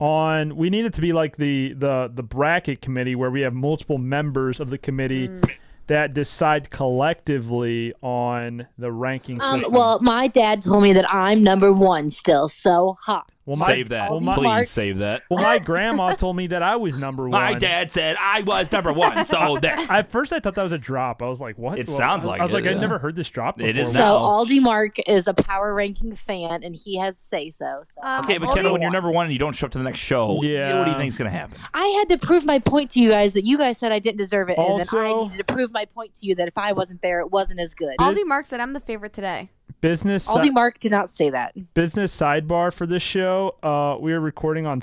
Speaker 4: on we need it to be like the the the bracket committee where we have multiple members of the committee
Speaker 1: Mm.
Speaker 4: that decide collectively on the ranking
Speaker 3: Um,
Speaker 4: system.
Speaker 3: well, my dad told me that I'm number one still, so hot.
Speaker 4: Well, my,
Speaker 2: Save that,
Speaker 4: Well,
Speaker 3: my-
Speaker 2: please.
Speaker 3: Mark-
Speaker 2: Save that.
Speaker 4: well, my grandma told me that I was number 1.
Speaker 2: My dad said I was number one,
Speaker 1: [laughs]
Speaker 2: so that
Speaker 4: At first I thought that was a drop. I was like, what?
Speaker 2: It
Speaker 4: Well,
Speaker 2: sounds
Speaker 4: I,
Speaker 2: like
Speaker 4: I was
Speaker 2: it,
Speaker 4: like
Speaker 2: yeah.
Speaker 4: I've never heard this drop before.
Speaker 2: It is
Speaker 3: So
Speaker 2: now.
Speaker 3: Aldi Mark is a power ranking fan, and he has say so. So
Speaker 1: Um,
Speaker 2: Okay, but
Speaker 1: Aldi-
Speaker 2: Kendall, when you're number one and you don't show up to the next show,
Speaker 4: Yeah.
Speaker 2: what do you think's gonna happen?
Speaker 3: I had to prove my point to you guys that you guys said I didn't deserve it, and then I
Speaker 4: Also-
Speaker 3: needed to prove my point to you that if I wasn't there, it wasn't as good.
Speaker 1: Aldi Mark said I'm the favorite today.
Speaker 4: business
Speaker 3: Aldi Mark did not say that.
Speaker 4: business sidebar for this show. Uh, we are recording on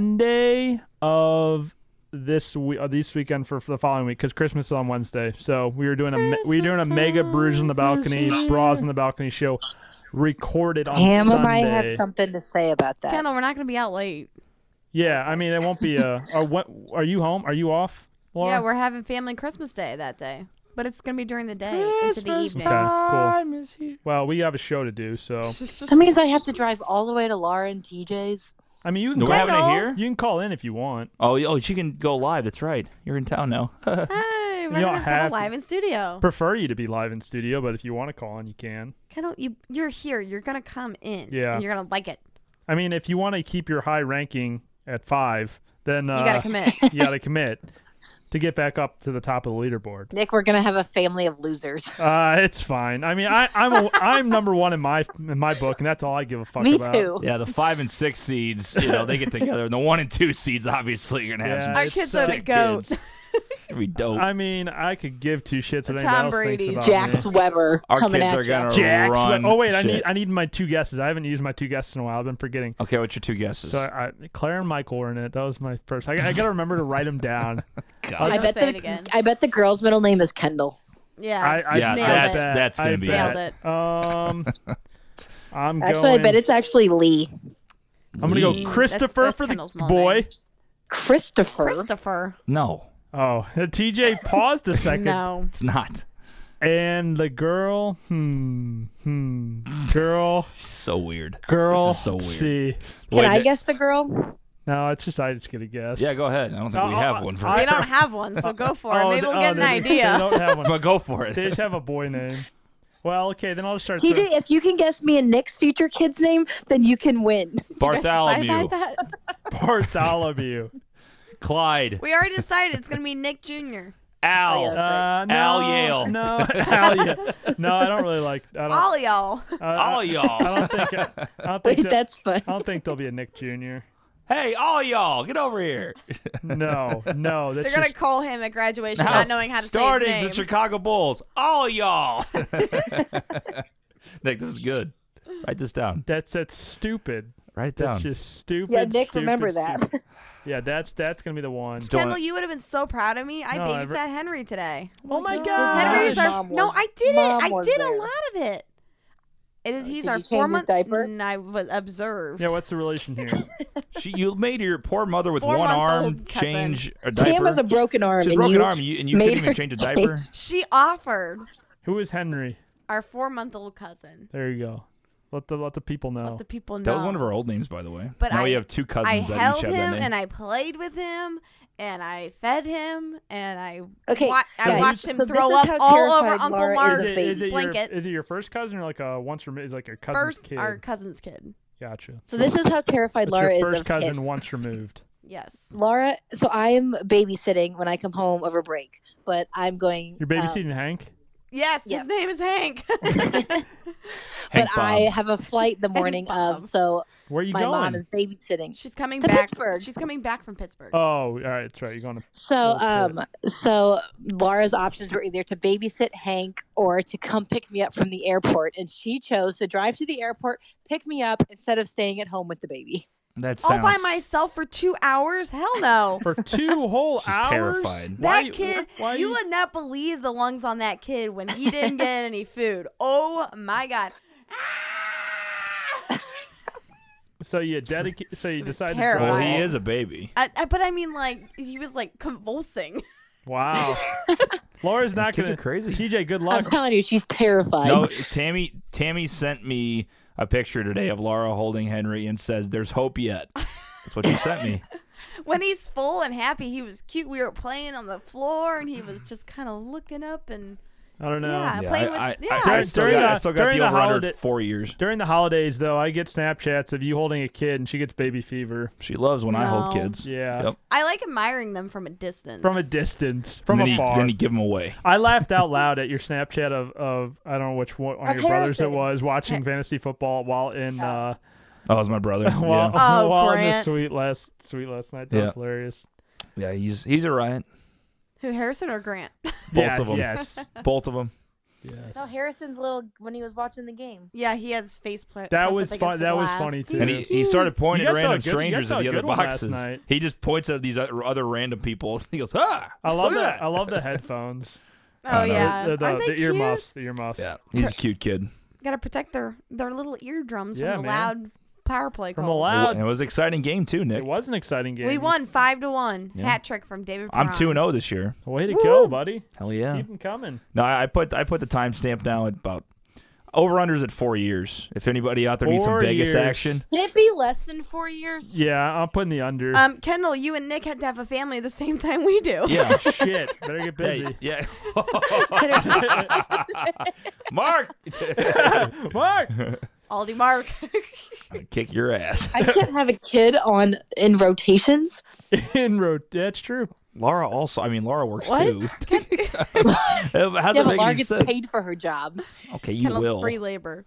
Speaker 4: Sunday of this week, uh, this weekend for, for the following week because Christmas is on Wednesday. So we are doing a me- we are doing a mega brews on the balcony, bras on the balcony show, recorded on
Speaker 3: Tam
Speaker 4: Sunday.
Speaker 3: might have something to say about that.
Speaker 1: Kendall, we're not gonna be out late.
Speaker 4: Yeah, I mean it won't be a. Are, what, are you home? Are you off? Laura?
Speaker 1: Yeah, we're having family Christmas day that day, but it's gonna be during the day into the evening.
Speaker 4: okay, cool. Well, we have a show to do, so
Speaker 3: That means I have to drive all the way to Laura and TJ's.
Speaker 4: I mean you can
Speaker 2: No, we're
Speaker 4: call,
Speaker 2: having it
Speaker 1: Kendall.
Speaker 2: here.
Speaker 4: you can call in if you want.
Speaker 2: Oh, y- oh, she can go live. That's right. You're in town now. [laughs]
Speaker 1: Hey, we're
Speaker 4: don't
Speaker 1: gonna
Speaker 4: have
Speaker 1: come
Speaker 4: to.
Speaker 1: live in studio.
Speaker 4: Prefer you to be live in studio, but if you want to call in, you can.
Speaker 1: Kendall, you you're here. You're gonna come in.
Speaker 4: Yeah.
Speaker 1: And you're gonna like it.
Speaker 4: I mean, if [laughs] you want to keep your high ranking at five, then uh,
Speaker 3: [laughs]
Speaker 1: You gotta commit.
Speaker 4: you gotta commit. to get back up to the top of the leaderboard.
Speaker 3: Nick, we're gonna have a family of losers.
Speaker 4: Uh, it's fine. I mean, I, I'm a, I'm number one in my in my book, and that's all I give a fuck
Speaker 3: [laughs] Me
Speaker 4: about.
Speaker 3: too.
Speaker 2: Yeah, the five and six seeds, you know, they get together, and the one and two seeds obviously are gonna have
Speaker 4: Yeah,
Speaker 2: some
Speaker 1: Our
Speaker 4: It's
Speaker 1: kids
Speaker 4: so-
Speaker 1: are the
Speaker 2: sick
Speaker 1: goat.
Speaker 2: kids. It'd be dope.
Speaker 4: I mean, I could give two shits what
Speaker 1: The
Speaker 4: anybody
Speaker 1: Tom
Speaker 4: else
Speaker 1: Brady's.
Speaker 4: thinks about
Speaker 3: Jax
Speaker 4: me.
Speaker 3: Weber
Speaker 2: Our
Speaker 3: coming
Speaker 2: kids
Speaker 3: at
Speaker 2: are gonna
Speaker 3: you.
Speaker 4: Jax.
Speaker 2: run.
Speaker 4: Oh wait, I need
Speaker 2: shit.
Speaker 4: I need my two guesses. I haven't used my two guesses in a while. I've been forgetting.
Speaker 2: Okay, what's your two guesses?
Speaker 4: So I, I, Claire and Michael were in it. That was my first. I, I gotta remember to write
Speaker 1: [laughs]
Speaker 4: them down.
Speaker 2: God.
Speaker 3: I
Speaker 1: Don't
Speaker 3: bet
Speaker 1: say it
Speaker 3: the
Speaker 1: again.
Speaker 3: I bet the girl's middle name is Kendall.
Speaker 1: [laughs] Yeah.
Speaker 4: I, I
Speaker 2: Yeah,
Speaker 4: I
Speaker 1: that's-
Speaker 4: bet,
Speaker 2: that's gonna
Speaker 4: I
Speaker 2: be
Speaker 4: bet.
Speaker 1: it.
Speaker 4: Um,
Speaker 1: [laughs]
Speaker 4: I'm
Speaker 3: Actually,
Speaker 4: going,
Speaker 3: I bet it's actually Lee.
Speaker 4: I'm gonna
Speaker 2: Lee.
Speaker 4: go
Speaker 1: That's-
Speaker 4: Christopher
Speaker 1: that's
Speaker 4: for the
Speaker 1: Kendall's middle
Speaker 4: boy.
Speaker 1: name.
Speaker 3: Christopher.
Speaker 1: Christopher.
Speaker 2: No,
Speaker 4: Oh, [laughs] TJ
Speaker 1: [laughs]
Speaker 4: paused a second.
Speaker 1: No.
Speaker 2: it's not.
Speaker 4: And the girl, hmm, hmm,
Speaker 2: [laughs]
Speaker 4: girl,
Speaker 2: It's so weird.
Speaker 4: girl.
Speaker 2: This is so
Speaker 4: let's
Speaker 2: weird.
Speaker 4: See,
Speaker 3: Can
Speaker 2: Wait,
Speaker 3: I
Speaker 2: th-
Speaker 3: guess the girl?
Speaker 4: no, it's just I just get a guess.
Speaker 2: Yeah, go ahead. I don't think we
Speaker 4: Uh,
Speaker 2: have
Speaker 4: uh,
Speaker 2: one for.
Speaker 4: I-
Speaker 1: They don't have one, so go for it.
Speaker 4: [laughs] Oh,
Speaker 1: Maybe
Speaker 4: they-
Speaker 1: we'll
Speaker 4: oh,
Speaker 1: get an
Speaker 4: they-
Speaker 1: [laughs]
Speaker 4: They
Speaker 1: idea.
Speaker 4: don't have one.
Speaker 2: but go for
Speaker 4: They
Speaker 2: it.
Speaker 4: just have a boy name. Well, okay, then I'll just start.
Speaker 3: TJ,
Speaker 4: throwing-
Speaker 3: if you can guess me and Nick's future kid's name, then you can win.
Speaker 1: Decided
Speaker 2: Bartholomew,
Speaker 1: about that?
Speaker 4: [laughs] Bartholomew.
Speaker 2: Clyde,
Speaker 1: We already decided it's gonna be Nick
Speaker 4: [laughs]
Speaker 1: Jr.
Speaker 2: Al.
Speaker 3: Oh, yeah.
Speaker 4: Uh, no,
Speaker 2: Al Yale.
Speaker 4: No,
Speaker 2: [laughs]
Speaker 4: [laughs] Al Yale. No, I don't really like. I don't,
Speaker 1: All y'all.
Speaker 2: All
Speaker 4: I, I, Uh, I
Speaker 2: y'all.
Speaker 4: don't think.
Speaker 3: [laughs]
Speaker 4: I, don't think
Speaker 3: Wait,
Speaker 4: that-
Speaker 3: that's fun.
Speaker 4: I don't think there'll be a Nick Jr.
Speaker 2: [laughs] hey, all y'all, get over here.
Speaker 4: No,
Speaker 3: [laughs]
Speaker 4: no,
Speaker 1: [laughs]
Speaker 4: that's
Speaker 1: They're gonna
Speaker 4: just,
Speaker 1: call him at graduation,
Speaker 2: Now,
Speaker 1: not knowing how to
Speaker 2: starting
Speaker 1: say
Speaker 2: the
Speaker 1: his name.
Speaker 2: Chicago Bulls. All y'all. [laughs] Nick, this is good. Write this down.
Speaker 4: that's that's stupid.
Speaker 2: Write it
Speaker 4: That's
Speaker 2: down.
Speaker 4: just stupid.
Speaker 3: Yeah, Nick,
Speaker 4: stupid,
Speaker 3: remember that. [laughs]
Speaker 4: stupid. Yeah, that's that's gonna be the one.
Speaker 2: Still-
Speaker 1: Kendall, you would have been so proud of me. I
Speaker 4: No, I
Speaker 1: babysat
Speaker 4: re-
Speaker 1: Henry today.
Speaker 4: Oh my
Speaker 3: Henry
Speaker 1: Henry
Speaker 4: god!
Speaker 1: is
Speaker 3: Gosh.
Speaker 1: our
Speaker 3: Mom
Speaker 1: no.
Speaker 3: was-
Speaker 1: I did it.
Speaker 3: Mom
Speaker 1: I
Speaker 3: was
Speaker 1: did a
Speaker 3: there. Uh,
Speaker 1: lot of it. It is. He's
Speaker 3: did
Speaker 1: our
Speaker 3: you change
Speaker 1: four
Speaker 3: his
Speaker 1: month
Speaker 3: diaper?
Speaker 1: And I was observed.
Speaker 4: Yeah, what's the relation here?
Speaker 2: She, you made your poor mother with one arm
Speaker 1: Four-month-old cousin.
Speaker 2: change a diaper.
Speaker 3: Cam has a broken arm,
Speaker 2: She's
Speaker 3: and
Speaker 2: broken
Speaker 3: you
Speaker 2: arm, you, and you
Speaker 3: made
Speaker 2: couldn't even
Speaker 3: her
Speaker 2: change a
Speaker 3: change.
Speaker 2: diaper.
Speaker 1: She offered
Speaker 4: Who is Henry?
Speaker 1: our four month old cousin.
Speaker 4: There you go. Let the let the people know.
Speaker 1: Let the people know.
Speaker 2: Oh. That was one of our old names, by the way.
Speaker 1: But
Speaker 2: now
Speaker 1: I-
Speaker 2: we have two cousins
Speaker 1: I
Speaker 2: that each
Speaker 1: held
Speaker 2: have that
Speaker 1: him
Speaker 2: name.
Speaker 1: and I played with him and I fed him and I
Speaker 3: Okay,
Speaker 1: wa- I
Speaker 3: guys,
Speaker 1: watched him
Speaker 3: so this
Speaker 1: throw
Speaker 3: is
Speaker 1: up
Speaker 3: how
Speaker 1: all over
Speaker 3: terrified
Speaker 1: Uncle
Speaker 3: Laura is
Speaker 1: Mark's
Speaker 3: of
Speaker 4: is it, is it your
Speaker 1: blanket.
Speaker 4: is it your first cousin or like a once removed? Is like your cousin's
Speaker 1: First,
Speaker 4: kid.
Speaker 1: our cousin's kid.
Speaker 4: gotcha.
Speaker 3: So this is how terrified
Speaker 4: It's
Speaker 3: Laura
Speaker 4: your
Speaker 3: is
Speaker 4: first
Speaker 3: of
Speaker 4: cousin
Speaker 3: kids.
Speaker 4: once removed.
Speaker 1: Yes.
Speaker 3: Laura, so I'm babysitting when I come home over break, but I'm going. [laughs]
Speaker 4: You're
Speaker 3: um,
Speaker 4: babysitting Hank.
Speaker 1: Yes,
Speaker 3: Yeah.
Speaker 1: his name is Hank. [laughs]
Speaker 2: Hank
Speaker 3: but
Speaker 2: Bob.
Speaker 3: I have a flight the morning
Speaker 1: Bob.
Speaker 3: of, so
Speaker 4: Where are you
Speaker 3: my
Speaker 4: going?
Speaker 3: mom is babysitting.
Speaker 1: She's coming
Speaker 3: To
Speaker 1: back.
Speaker 3: Pittsburgh.
Speaker 1: She's coming back from Pittsburgh.
Speaker 4: oh, all right, that's right. You're going to.
Speaker 3: So,
Speaker 4: Oh, shit.
Speaker 3: um, so Laura's options were either to babysit Hank or to come pick me up from the airport, and she chose to drive to the airport, pick me up instead of staying at home with the baby.
Speaker 2: that sounds
Speaker 1: all by myself for two hours? Hell
Speaker 2: [laughs]
Speaker 1: no.
Speaker 4: for two whole
Speaker 2: She's
Speaker 4: hours.
Speaker 2: terrified.
Speaker 4: Why-
Speaker 1: That kid,
Speaker 4: why
Speaker 1: you would not believe the lungs on that kid when he didn't get
Speaker 2: [laughs]
Speaker 1: any food. Oh my god!
Speaker 4: So you dedicate.
Speaker 1: [laughs]
Speaker 4: So you decide to
Speaker 1: terrifying.
Speaker 2: Well,
Speaker 4: drive.
Speaker 2: he is a baby.
Speaker 1: I, I, but I mean, like he was like convulsing.
Speaker 4: Wow.
Speaker 1: [laughs]
Speaker 4: Laura's not
Speaker 2: kids
Speaker 4: gonna.
Speaker 2: are crazy.
Speaker 4: TJ, good
Speaker 3: I'm
Speaker 4: luck.
Speaker 3: telling you, she's terrified.
Speaker 2: Oh, No, Tammy. Tammy sent me a picture today of Laura holding Henry and says, "There's hope yet." That's what she
Speaker 1: [laughs]
Speaker 2: sent me.
Speaker 1: when he's full and happy, he was cute. We were playing on the floor, and he was just kind of looking up and
Speaker 4: I don't know.
Speaker 1: yeah,
Speaker 2: Yeah,
Speaker 1: playing with
Speaker 2: I, I,
Speaker 1: yeah.
Speaker 2: I, I
Speaker 4: During-
Speaker 2: still
Speaker 4: during
Speaker 2: got, I
Speaker 4: the-
Speaker 2: still got
Speaker 4: during
Speaker 2: the
Speaker 4: the
Speaker 2: over under
Speaker 4: holiday-
Speaker 2: four years.
Speaker 4: During the holidays, though, I get Snapchats of you holding a kid, and she gets baby fever
Speaker 2: She loves when I hold
Speaker 1: No.
Speaker 2: kids.
Speaker 4: Yeah.
Speaker 2: Yep.
Speaker 1: I like admiring them from a distance.
Speaker 4: from a distance, from
Speaker 2: and then
Speaker 4: afar.
Speaker 2: You, then you give them away.
Speaker 4: I laughed out loud at your Snapchat of, of I don't know which one, one of
Speaker 3: Of
Speaker 4: your brothers it
Speaker 3: Harrison.
Speaker 4: was watching fantasy football while in uh
Speaker 2: Oh, it's my
Speaker 4: [laughs]
Speaker 2: brother.
Speaker 4: while,
Speaker 2: yeah.
Speaker 1: Oh,
Speaker 4: while in the
Speaker 1: Grant.
Speaker 4: suite last suite last night. That
Speaker 2: Yeah.
Speaker 4: was hilarious.
Speaker 2: yeah, he's he's a riot.
Speaker 1: who Harrison or Grant?
Speaker 2: Both
Speaker 4: yeah,
Speaker 2: of them.
Speaker 4: Yes.
Speaker 2: Both of them.
Speaker 4: yes.
Speaker 3: No, Harrison's little when he was watching the game.
Speaker 1: [laughs] yeah, he had his face pla-
Speaker 4: That
Speaker 1: pressed
Speaker 4: was
Speaker 1: up
Speaker 4: fun-
Speaker 1: against the
Speaker 4: that was
Speaker 1: glass.
Speaker 4: funny, too.
Speaker 2: And he, he started pointing
Speaker 4: You
Speaker 2: at
Speaker 4: guys saw a
Speaker 2: random
Speaker 4: good- you guys
Speaker 2: strangers
Speaker 4: saw
Speaker 2: at
Speaker 4: a
Speaker 2: the other
Speaker 4: good one last
Speaker 2: boxes.
Speaker 4: night.
Speaker 2: He just points at these other, other random people. [laughs] He goes, "Ah!"
Speaker 4: I love
Speaker 2: look
Speaker 4: that.
Speaker 2: at
Speaker 4: I love the headphones.
Speaker 1: Oh
Speaker 2: no,
Speaker 1: [laughs] yeah,
Speaker 4: the, the,
Speaker 1: Aren't they
Speaker 4: the
Speaker 1: cute?
Speaker 4: earmuffs. The earmuffs.
Speaker 2: Yeah, he's a cute kid.
Speaker 1: Gotta protect their their little eardrums
Speaker 4: Yeah,
Speaker 1: from the
Speaker 4: man.
Speaker 1: loud power play
Speaker 4: From
Speaker 1: calls.
Speaker 4: the loud-
Speaker 2: And it was an exciting game too, Nick.
Speaker 4: It was an exciting game.
Speaker 1: We won five to one.
Speaker 2: Yeah.
Speaker 1: Hat trick from David.
Speaker 2: I'm two and oh.
Speaker 1: zero.
Speaker 2: zero this year.
Speaker 4: Way to go, buddy.
Speaker 2: Hell yeah.
Speaker 4: Keep them coming.
Speaker 2: No, I, I put I put the timestamp now at about over unders at four years. If anybody out there needs some
Speaker 4: Four
Speaker 2: Vegas
Speaker 4: years. [laughs]
Speaker 2: action,
Speaker 3: Can it be less
Speaker 2: [laughs]
Speaker 3: than four years?
Speaker 4: Yeah, I'm putting the under.
Speaker 1: Um, [laughs] Kendall, you and Nick had to have a family at the same time we do.
Speaker 2: yeah,
Speaker 4: Shit, better get [laughs] busy.
Speaker 2: Hey, yeah. [laughs] Mark, [laughs]
Speaker 4: Mark, [laughs]
Speaker 1: Aldi Mark. [laughs]
Speaker 2: I'll kick your ass.
Speaker 3: I can't have a kid on in rotations.
Speaker 4: in road. That's true.
Speaker 2: Laura also. I mean, Laura works
Speaker 1: What?
Speaker 2: too. [laughs] How's
Speaker 3: yeah,
Speaker 2: that
Speaker 3: but
Speaker 2: make
Speaker 3: Laura
Speaker 2: any
Speaker 3: gets
Speaker 2: sense?
Speaker 3: paid for her job.
Speaker 2: Okay, you
Speaker 1: Kendall's
Speaker 2: will.
Speaker 1: free labor.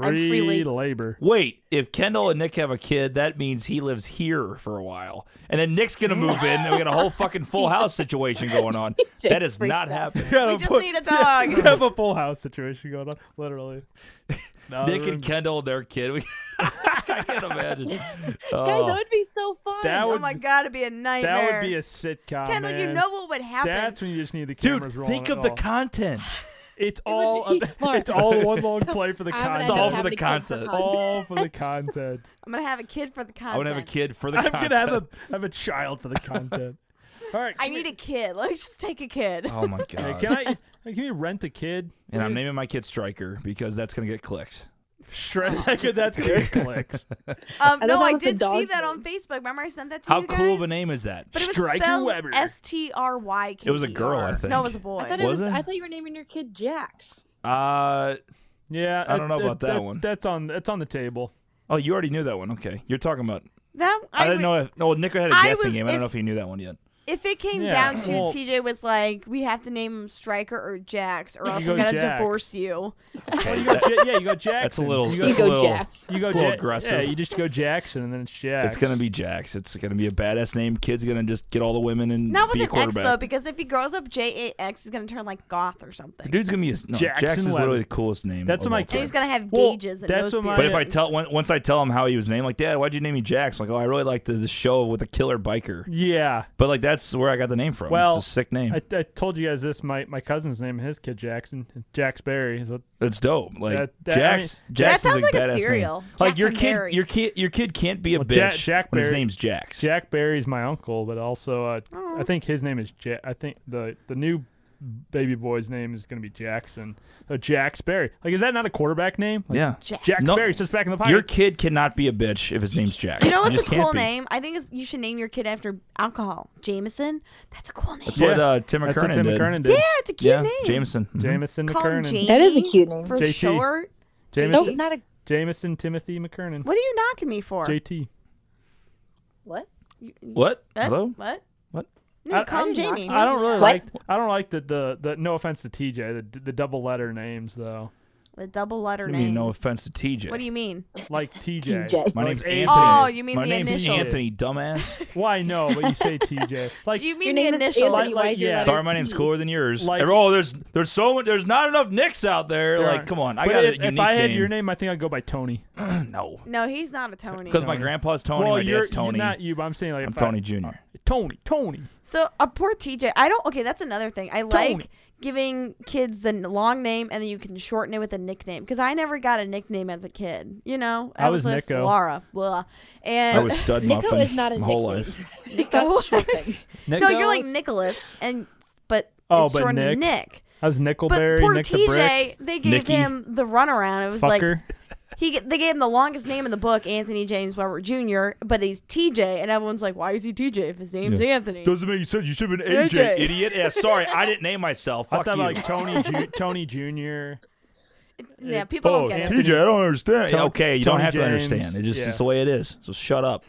Speaker 3: I'm free
Speaker 4: Free
Speaker 3: labor.
Speaker 4: labor.
Speaker 2: Wait, if Kendall and Nick have a kid, that means he lives here for a while, and then Nick's gonna move in, and we got a whole fucking full house situation going on.
Speaker 3: just
Speaker 2: That is not
Speaker 3: freaked out.
Speaker 2: happening.
Speaker 1: We just
Speaker 4: [laughs]
Speaker 1: need a dog.
Speaker 4: We have a full house situation going on, literally. [laughs] No,
Speaker 2: Nick
Speaker 4: we're-
Speaker 2: and Kendall and their kid. We, [laughs] I can't
Speaker 4: [laughs]
Speaker 2: imagine.
Speaker 3: Guys,
Speaker 2: Oh.
Speaker 3: that would be so fun.
Speaker 4: That
Speaker 1: oh
Speaker 4: would-
Speaker 1: my god, it'd be a nightmare.
Speaker 4: that would be a sitcom.
Speaker 1: Kendall, you
Speaker 4: man.
Speaker 1: know what would happen?
Speaker 4: That's when you just need the
Speaker 2: Dude,
Speaker 4: cameras rolling.
Speaker 2: think
Speaker 4: at
Speaker 2: of the
Speaker 4: all.
Speaker 2: content.
Speaker 4: It's all
Speaker 3: be-
Speaker 4: ab-
Speaker 1: [laughs]
Speaker 3: Laura-
Speaker 4: it's all one long play for the
Speaker 5: I'm gonna end
Speaker 4: content.
Speaker 2: all
Speaker 5: up
Speaker 2: for
Speaker 5: having
Speaker 2: the
Speaker 5: a kid for
Speaker 2: content.
Speaker 4: all for
Speaker 1: [laughs]
Speaker 4: the content.
Speaker 1: I'm gonna have a kid for the
Speaker 2: I
Speaker 1: content.
Speaker 2: want to have a kid for the
Speaker 4: I'm
Speaker 2: content.
Speaker 4: gonna have a have a child for
Speaker 2: [laughs]
Speaker 4: the content. All right.
Speaker 1: I
Speaker 4: can we-
Speaker 1: need a kid. [laughs] Let's just take a kid.
Speaker 2: Oh my
Speaker 4: Hey,
Speaker 2: god!
Speaker 4: can I? hey, Can you rent a kid?
Speaker 2: and [laughs] I'm naming my kid Striker because that's gonna get clicked.
Speaker 4: [laughs] Stress that kid. That's
Speaker 2: [laughs]
Speaker 4: good clicks.
Speaker 1: Um,
Speaker 3: I
Speaker 1: no,
Speaker 3: thought
Speaker 1: I
Speaker 3: that was the
Speaker 1: did see
Speaker 3: dog's
Speaker 1: that on
Speaker 3: name.
Speaker 1: Facebook. Remember I sent that to
Speaker 2: How
Speaker 1: you guys?
Speaker 2: cool of a name is that?
Speaker 1: But it was
Speaker 4: Stryker
Speaker 1: spelled
Speaker 4: Weber.
Speaker 1: S T R Y K.
Speaker 2: It was a girl, I think.
Speaker 1: No, it was a
Speaker 3: I thought
Speaker 1: boy.
Speaker 3: it
Speaker 2: Was
Speaker 3: was.
Speaker 2: it?
Speaker 3: I thought you were naming your kid Jax.
Speaker 2: Uh
Speaker 4: Yeah,
Speaker 2: I don't know about that one.
Speaker 4: That's on that's on
Speaker 1: [laughs]
Speaker 4: the table.
Speaker 2: oh, you already knew that one. Okay, you're talking about.
Speaker 1: That I,
Speaker 2: I, didn't
Speaker 1: would-
Speaker 2: know. If, no, Nico had a
Speaker 1: I
Speaker 2: guessing
Speaker 1: was-
Speaker 2: game. I don't know
Speaker 1: if-
Speaker 2: if he knew that one yet.
Speaker 1: If it came
Speaker 4: Yeah,
Speaker 1: down to
Speaker 4: well-
Speaker 1: TJ was like, we have to name him Striker or Jax, or else
Speaker 4: go
Speaker 1: I'm gonna
Speaker 4: Jax.
Speaker 1: divorce you.
Speaker 4: Well, you got, Ja- yeah, you got Jackson.
Speaker 2: That's a little.
Speaker 4: You
Speaker 3: You
Speaker 4: got,
Speaker 2: that's a
Speaker 3: go
Speaker 2: little,
Speaker 3: Jax.
Speaker 4: you go
Speaker 2: it's a little
Speaker 4: Ja-
Speaker 2: aggressive.
Speaker 4: Yeah, you just go Jackson, and then it's Jax.
Speaker 2: It's gonna be Jax. It's gonna be a badass name. Kid's gonna just get all the women and
Speaker 1: Not
Speaker 2: be
Speaker 1: with
Speaker 2: a
Speaker 1: an X
Speaker 2: quarterback.
Speaker 1: though, because if he grows up J A X, he's gonna turn like goth or something.
Speaker 2: the dude's gonna be a, no,
Speaker 4: Jackson
Speaker 2: Jax is
Speaker 4: Webb.
Speaker 2: literally the coolest name.
Speaker 4: That's
Speaker 2: of all
Speaker 4: what my
Speaker 1: and
Speaker 2: time.
Speaker 1: he's gonna have
Speaker 4: Well,
Speaker 1: gauges and
Speaker 4: that's
Speaker 1: nose
Speaker 4: what my-
Speaker 2: But if I
Speaker 1: piercings.
Speaker 2: tell on- once I tell him how he was named, like, Dad, why'd you name me Jax? Like, oh, I really like the, the show with a killer biker.
Speaker 4: Yeah.
Speaker 2: But like, that's where I got the name from.
Speaker 4: Well,
Speaker 2: it's a sick name.
Speaker 4: I, I told you guys this. My, my cousin's name, his kid Jackson, Jax Berry. Is what,
Speaker 2: That's dope. Like
Speaker 4: That- that-
Speaker 2: Jax, Jax
Speaker 1: That
Speaker 2: is
Speaker 1: sounds like a
Speaker 2: badass name.
Speaker 1: cereal.
Speaker 2: Like
Speaker 1: Jack
Speaker 2: your
Speaker 1: and
Speaker 2: kid,
Speaker 1: Barry.
Speaker 2: your kid, your kid can't be a
Speaker 4: Well,
Speaker 2: bitch
Speaker 4: Ja- Jack
Speaker 2: when his
Speaker 4: Barry-
Speaker 2: name's Jax.
Speaker 4: Jack Berry's my uncle, but also uh, I think his name is ja- I think the the new baby boy's name is going to be Jackson. So Jax Berry. Like, is that not a quarterback name? Like,
Speaker 2: yeah.
Speaker 1: Jax.
Speaker 4: Jax
Speaker 2: No.
Speaker 4: Berry sits back in the pocket.
Speaker 2: Your kid cannot be a bitch if his name's Jax.
Speaker 1: You know what's
Speaker 2: just
Speaker 1: a
Speaker 2: can't
Speaker 1: cool
Speaker 2: be.
Speaker 1: name? I think it's, you should name your kid after alcohol. Jameson. That's a cool name.
Speaker 2: That's
Speaker 4: Yeah.
Speaker 2: what uh, Tim
Speaker 4: That's
Speaker 2: McKernan
Speaker 4: what Tim
Speaker 2: did.
Speaker 4: McKernan did.
Speaker 1: yeah, it's a cute
Speaker 2: yeah,
Speaker 1: name.
Speaker 2: Jameson. Mhm.
Speaker 4: Jameson
Speaker 1: Call him
Speaker 4: McKernan.
Speaker 1: Jamie.
Speaker 3: That is a cute name.
Speaker 1: For
Speaker 4: JT.
Speaker 1: short.
Speaker 4: Jameson,
Speaker 3: Don't not a
Speaker 4: Jameson Timothy McKernan.
Speaker 1: What are you knocking me for?
Speaker 4: JT.
Speaker 3: what?
Speaker 1: You- you-
Speaker 2: What?
Speaker 1: What?
Speaker 2: Hello.
Speaker 1: What?
Speaker 2: What?
Speaker 1: No,
Speaker 4: I-
Speaker 1: you call
Speaker 3: I
Speaker 1: him
Speaker 3: did not-
Speaker 1: Jamie.
Speaker 4: I don't really
Speaker 3: What?
Speaker 4: like. I don't like the, the the. No offense to TJ, the the double letter names though.
Speaker 1: The double letter
Speaker 2: I
Speaker 1: name.
Speaker 2: mean, no offense to TJ.
Speaker 1: What do you mean? [laughs]
Speaker 4: Like TJ.
Speaker 3: TJ.
Speaker 2: My
Speaker 4: Like
Speaker 2: name's
Speaker 4: Anthony.
Speaker 2: Anthony.
Speaker 1: Oh, you mean
Speaker 2: My
Speaker 1: the
Speaker 2: name's
Speaker 1: initial.
Speaker 2: Anthony,
Speaker 4: [laughs]
Speaker 2: dumbass.
Speaker 4: Why no? But you say
Speaker 1: [laughs]
Speaker 4: TJ. Like
Speaker 1: Do you
Speaker 3: Your
Speaker 1: mean the
Speaker 3: name is
Speaker 1: initial?
Speaker 3: Anthony.
Speaker 4: Like-
Speaker 3: Why is your
Speaker 4: yeah.
Speaker 3: letter
Speaker 2: Sorry, my name's
Speaker 3: T?
Speaker 2: cooler than yours.
Speaker 4: Like-
Speaker 2: oh, there's there's so much, there's not enough Nicks out there.
Speaker 4: There
Speaker 2: like,
Speaker 4: are-
Speaker 2: come on, I
Speaker 4: but
Speaker 2: got a
Speaker 4: if,
Speaker 2: unique
Speaker 4: if I had
Speaker 2: name. [clears throat]
Speaker 4: your name, I think I'd go by Tony.
Speaker 2: no,
Speaker 1: No, he's not a Tony.
Speaker 2: because my grandpa's Tony,
Speaker 4: well,
Speaker 2: my
Speaker 4: you're
Speaker 2: dad's Tony.
Speaker 4: You're not you, but I'm saying like
Speaker 2: I'm
Speaker 4: if I-
Speaker 2: Tony Junior.
Speaker 4: Tony, Tony.
Speaker 1: So a poor TJ. I don't. Okay, that's another thing. I
Speaker 4: Tony.
Speaker 1: like giving kids the n- long name and then you can shorten it with a nickname. Because I never got a nickname as a kid. You know,
Speaker 4: I was
Speaker 1: just
Speaker 4: Nico.
Speaker 1: Laura. Blah. And
Speaker 2: I was stud
Speaker 3: Nico
Speaker 2: muffin
Speaker 3: is not
Speaker 2: my
Speaker 3: a nickname.
Speaker 2: whole life.
Speaker 3: [laughs] It's not
Speaker 1: Nico?
Speaker 3: shortened. [laughs]
Speaker 1: no, you're like Nicholas, and but
Speaker 4: Oh,
Speaker 1: it's
Speaker 4: but
Speaker 1: shortened to
Speaker 4: Nick.
Speaker 1: Nick.
Speaker 4: I was
Speaker 1: But
Speaker 4: Nickelberry,
Speaker 1: poor
Speaker 4: Nick the Brick,
Speaker 1: TJ, they gave
Speaker 2: Nicky.
Speaker 1: him the runaround. It was like
Speaker 4: fucker.
Speaker 1: he g- they gave him the longest name in the book, Anthony James Weber Jr. But he's TJ, and everyone's like, "Why is he TJ if his name's Anthony?"
Speaker 2: [laughs] Doesn't make sense. You should have been
Speaker 1: AJ.
Speaker 2: idiot. Yeah, sorry, I didn't name myself.
Speaker 4: I
Speaker 2: Fuck
Speaker 4: thought
Speaker 2: you.
Speaker 4: about like Tony,
Speaker 2: [laughs]
Speaker 4: Ju- Tony Junior.
Speaker 1: yeah, people don't get it.
Speaker 4: Anthony-
Speaker 2: Oh, I don't understand.
Speaker 4: Tony-
Speaker 2: okay, you don't
Speaker 4: Tony
Speaker 2: have to
Speaker 4: James,
Speaker 2: understand. It just
Speaker 4: yeah.
Speaker 2: it's the way it is. So shut up.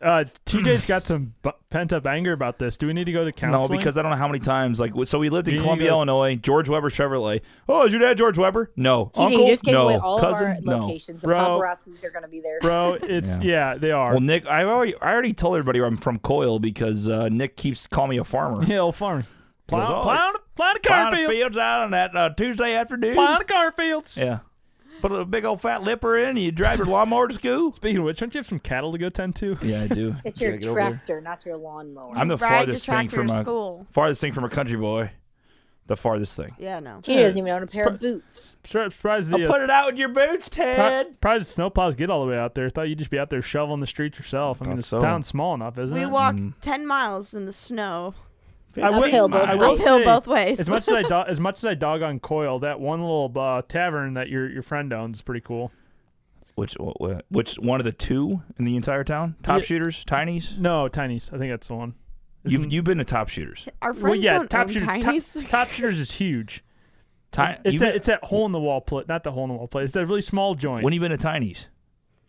Speaker 4: Uh, TJ's got some bu- pent up anger about this. Do we need to go to counseling?
Speaker 2: No, because I don't know how many times. Like, so we lived in
Speaker 4: You need to
Speaker 2: Columbia,
Speaker 4: go-
Speaker 2: Illinois. George Weber Chevrolet. Oh, is your dad George Weber? No.
Speaker 3: TJ,
Speaker 2: Uncle?
Speaker 3: you just gave
Speaker 2: no.
Speaker 3: away all
Speaker 2: Cousin?
Speaker 3: of our
Speaker 2: no.
Speaker 3: locations. The
Speaker 4: Bro.
Speaker 3: paparazzis are going to be there.
Speaker 4: bro, it's yeah, they are.
Speaker 2: Well, Nick, I already, I already told everybody I'm from Coyle because uh, Nick keeps calling me a [laughs] farmer.
Speaker 4: [laughs] Hill Farm. Plow,
Speaker 2: goes, "Oh,
Speaker 4: plow, plow the
Speaker 2: Plowing the
Speaker 4: Garfield.
Speaker 2: fields out on that uh, Tuesday afternoon.
Speaker 4: Plow the Garfields.
Speaker 2: Yeah. Put a big old fat lipper in. and You drive your lawnmower to school.
Speaker 4: Speaking of which, don't you have some cattle to go tend to?
Speaker 2: Yeah, I do.
Speaker 3: It's your
Speaker 2: Gotta get over there.
Speaker 3: tractor, not your lawnmower.
Speaker 2: I'm the
Speaker 1: Ride your
Speaker 2: farthest thing
Speaker 1: tractor
Speaker 2: from
Speaker 1: to
Speaker 2: a
Speaker 1: school.
Speaker 2: farthest thing from a country boy. The farthest thing.
Speaker 1: Yeah, no.
Speaker 3: TJ doesn't even own a pair of boots.
Speaker 4: Sur- Surprised the uh,
Speaker 2: it out with your boots,
Speaker 4: pri- surprised the snowplows get all the way out there. Thought you'd just be out there shoveling the streets yourself. I mean,
Speaker 2: Thought
Speaker 4: this
Speaker 2: so.
Speaker 4: town's small enough, isn't
Speaker 1: We
Speaker 4: it?
Speaker 1: walked ten miles in the snow.
Speaker 4: I will-
Speaker 3: Uphill both
Speaker 4: I will
Speaker 1: ways. Uphill
Speaker 4: say,
Speaker 1: both ways.
Speaker 4: As much
Speaker 1: [laughs]
Speaker 4: as I do- as much as I dog on Coil, that one little uh, tavern that your your friend owns is pretty cool.
Speaker 2: Which which one of the two in the entire town? Top
Speaker 4: Yeah.
Speaker 2: shooters, tinies.
Speaker 4: No, Tiny's. I think that's the one.
Speaker 2: You've you've been to top shooters.
Speaker 1: Our friends
Speaker 4: Well, yeah,
Speaker 1: don't
Speaker 4: top
Speaker 1: own [laughs]
Speaker 4: shooter,
Speaker 1: tinies.
Speaker 4: Top, top shooters is huge.
Speaker 2: Ti-
Speaker 4: It's
Speaker 2: you've
Speaker 4: that
Speaker 2: been-
Speaker 4: it's that hole in the wall play, not the hole in the wall play. It's that really small joint.
Speaker 2: when you been to tinies?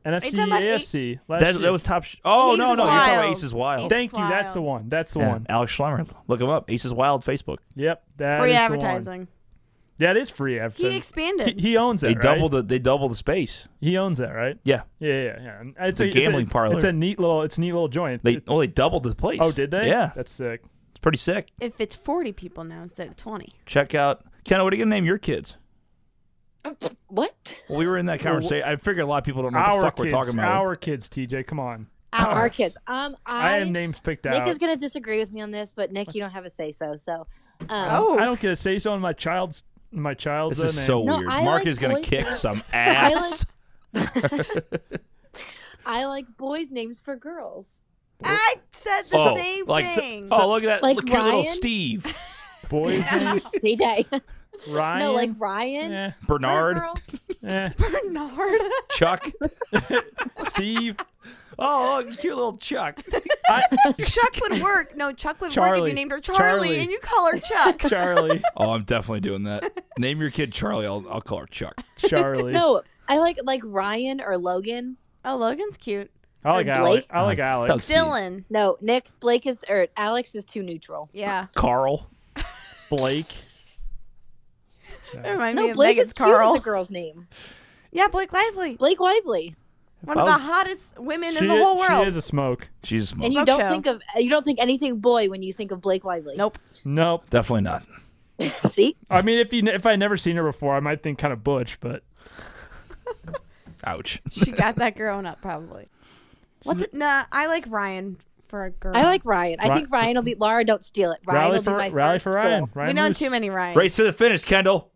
Speaker 4: NFC
Speaker 1: talking about
Speaker 4: AFC. last
Speaker 2: That,
Speaker 4: year.
Speaker 2: that was top. Sh- oh no,
Speaker 1: Aces
Speaker 2: no, you're talking about
Speaker 1: Wild.
Speaker 2: Aces Wild.
Speaker 1: Aces
Speaker 4: Thank you. That's the
Speaker 1: Wild.
Speaker 4: one. That's the
Speaker 2: Yeah,
Speaker 4: one.
Speaker 2: Alex Schlemmer, look him up. Aces Wild Facebook.
Speaker 4: Yep. That
Speaker 1: Free
Speaker 4: is the one.
Speaker 1: advertising.
Speaker 4: That is free
Speaker 1: He
Speaker 4: advertising.
Speaker 1: expanded.
Speaker 4: he owns that.
Speaker 2: They
Speaker 4: right?
Speaker 2: double the they double the space.
Speaker 4: He owns that, right?
Speaker 2: Yeah,
Speaker 4: Yeah, yeah, yeah. And It's
Speaker 2: a
Speaker 4: it's
Speaker 2: gambling parlor.
Speaker 4: It's a neat little. It's a neat little joint.
Speaker 2: they
Speaker 4: It's-
Speaker 2: well they doubled the place.
Speaker 4: oh, did they?
Speaker 2: Yeah,
Speaker 4: That's sick.
Speaker 2: it's pretty sick.
Speaker 1: if it's 40 people now instead of 20.
Speaker 2: Check out Ken. What are you gonna name your kids?
Speaker 3: [laughs] What?
Speaker 2: Well, we were in that conversation. I figure a lot of people don't know what
Speaker 4: Our
Speaker 2: the fuck
Speaker 4: kids.
Speaker 2: we're talking about.
Speaker 4: Our kids. TJ, come on.
Speaker 2: [sighs]
Speaker 3: Our, kids. Um, I,
Speaker 4: I, am names picked
Speaker 3: Nick
Speaker 4: out.
Speaker 3: is gonna disagree with me on this, but Nick, you don't have a say so. So, um,
Speaker 1: Oh.
Speaker 4: I don't get to say so in my child's my child's.
Speaker 2: this is
Speaker 4: uh, name.
Speaker 2: so
Speaker 3: No,
Speaker 2: weird.
Speaker 3: I
Speaker 2: Mark
Speaker 3: like
Speaker 2: is gonna
Speaker 3: boys-
Speaker 2: kick some
Speaker 3: I
Speaker 2: ass.
Speaker 3: I like boys' names for girls. [laughs]
Speaker 1: I said the
Speaker 2: oh,
Speaker 1: same
Speaker 2: like so-
Speaker 1: thing.
Speaker 2: oh look at that
Speaker 3: Like
Speaker 2: look, cute little
Speaker 3: Ryan?
Speaker 2: Steve
Speaker 3: [laughs]
Speaker 4: boys. names,
Speaker 3: DJ.
Speaker 4: Ryan.
Speaker 3: [laughs] no, like Ryan.
Speaker 4: eh,
Speaker 2: Bernard
Speaker 3: Girl.
Speaker 4: eh,
Speaker 1: Bernard.
Speaker 2: [laughs]
Speaker 1: [laughs]
Speaker 2: Chuck.
Speaker 4: Steve.
Speaker 2: Oh look, cute little Chuck.
Speaker 4: I,
Speaker 1: Chuck would work. No, Chuck would work if
Speaker 4: Charlie.
Speaker 1: you named her Charlie,
Speaker 4: Charlie.
Speaker 1: and you call her Chuck.
Speaker 4: Charlie.
Speaker 2: [laughs] Oh, I'm definitely doing that. Name your kid Charlie. I'll I'll call her Chuck.
Speaker 4: Charlie.
Speaker 3: No, I like like Ryan or Logan.
Speaker 1: [laughs] oh, Logan's cute.
Speaker 4: I like
Speaker 3: Blake?
Speaker 4: Alex. I like
Speaker 2: Oh,
Speaker 4: Alex.
Speaker 2: so cute.
Speaker 1: Dylan.
Speaker 3: No, Nick Blake is or Alex is too neutral.
Speaker 1: Yeah.
Speaker 2: Carl.
Speaker 4: Blake.
Speaker 1: That reminds me
Speaker 3: No,
Speaker 1: of
Speaker 3: Blake
Speaker 1: Megan's
Speaker 3: is cute
Speaker 1: Carl.
Speaker 3: with a girl's name.
Speaker 1: yeah, Blake Lively.
Speaker 3: Blake Lively.
Speaker 1: One of the
Speaker 2: I was-
Speaker 1: hottest women
Speaker 4: She,
Speaker 1: in the whole
Speaker 4: she
Speaker 1: world.
Speaker 4: is a smoke.
Speaker 2: She's a smoke.
Speaker 3: And you
Speaker 1: Smoke
Speaker 3: don't
Speaker 1: show.
Speaker 3: think of uh, you don't think anything boy when you think of Blake Lively.
Speaker 1: [laughs] nope.
Speaker 4: Nope.
Speaker 2: Definitely not.
Speaker 3: See?
Speaker 4: I mean, if you if I never seen her before, I might think kind of butch, but
Speaker 2: Ouch.
Speaker 1: She got that growing up, probably. What's it? Nah, I like Ryan for a girl.
Speaker 3: I like Ryan. I
Speaker 4: Ri-
Speaker 3: think Ryan will be Laura, don't steal it. Ryan
Speaker 4: rally
Speaker 3: will be my
Speaker 4: for rally
Speaker 3: first
Speaker 4: for Ryan.
Speaker 3: girl.
Speaker 1: We
Speaker 4: Ryan
Speaker 1: know
Speaker 4: Moose.
Speaker 1: too many Ryan.
Speaker 2: Race to the finish, Kendall.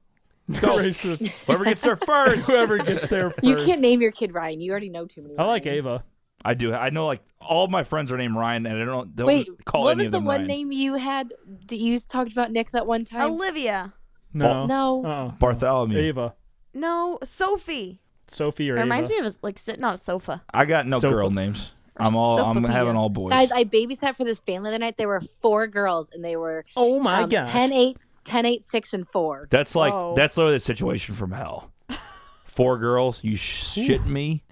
Speaker 4: Go race to the-
Speaker 2: Whoever gets
Speaker 3: [laughs]
Speaker 2: there first.
Speaker 4: whoever gets there first.
Speaker 3: You can't name your kid Ryan. You already know too many.
Speaker 4: I like
Speaker 3: Ryans.
Speaker 4: Ava.
Speaker 2: I do. I know like all my friends are named Ryan, and I don't don't
Speaker 3: Wait,
Speaker 2: call
Speaker 3: what
Speaker 2: any
Speaker 3: was
Speaker 2: of
Speaker 3: the
Speaker 2: them
Speaker 3: one
Speaker 2: Ryan.
Speaker 3: name you had that you talked about Nick that one time?
Speaker 1: Olivia.
Speaker 4: No.
Speaker 3: No.
Speaker 4: Uh-uh.
Speaker 2: Bartholomew.
Speaker 4: Ava.
Speaker 1: No, Sophie.
Speaker 4: Sophie or
Speaker 1: It reminds
Speaker 4: Ava.
Speaker 1: me of like sitting on a sofa.
Speaker 2: I got no
Speaker 4: Sofa.
Speaker 2: girl names. I'm all. I'm
Speaker 1: Sopapilla.
Speaker 2: having all boys.
Speaker 3: Guys, I babysat for this family the other night. There were four girls, and they were
Speaker 4: oh
Speaker 3: um, 10, 8, 10, 8, 6, and 4.
Speaker 2: that's like
Speaker 1: Whoa.
Speaker 2: that's literally the situation from
Speaker 3: [laughs]
Speaker 2: hell. Four girls. You sh- shit me.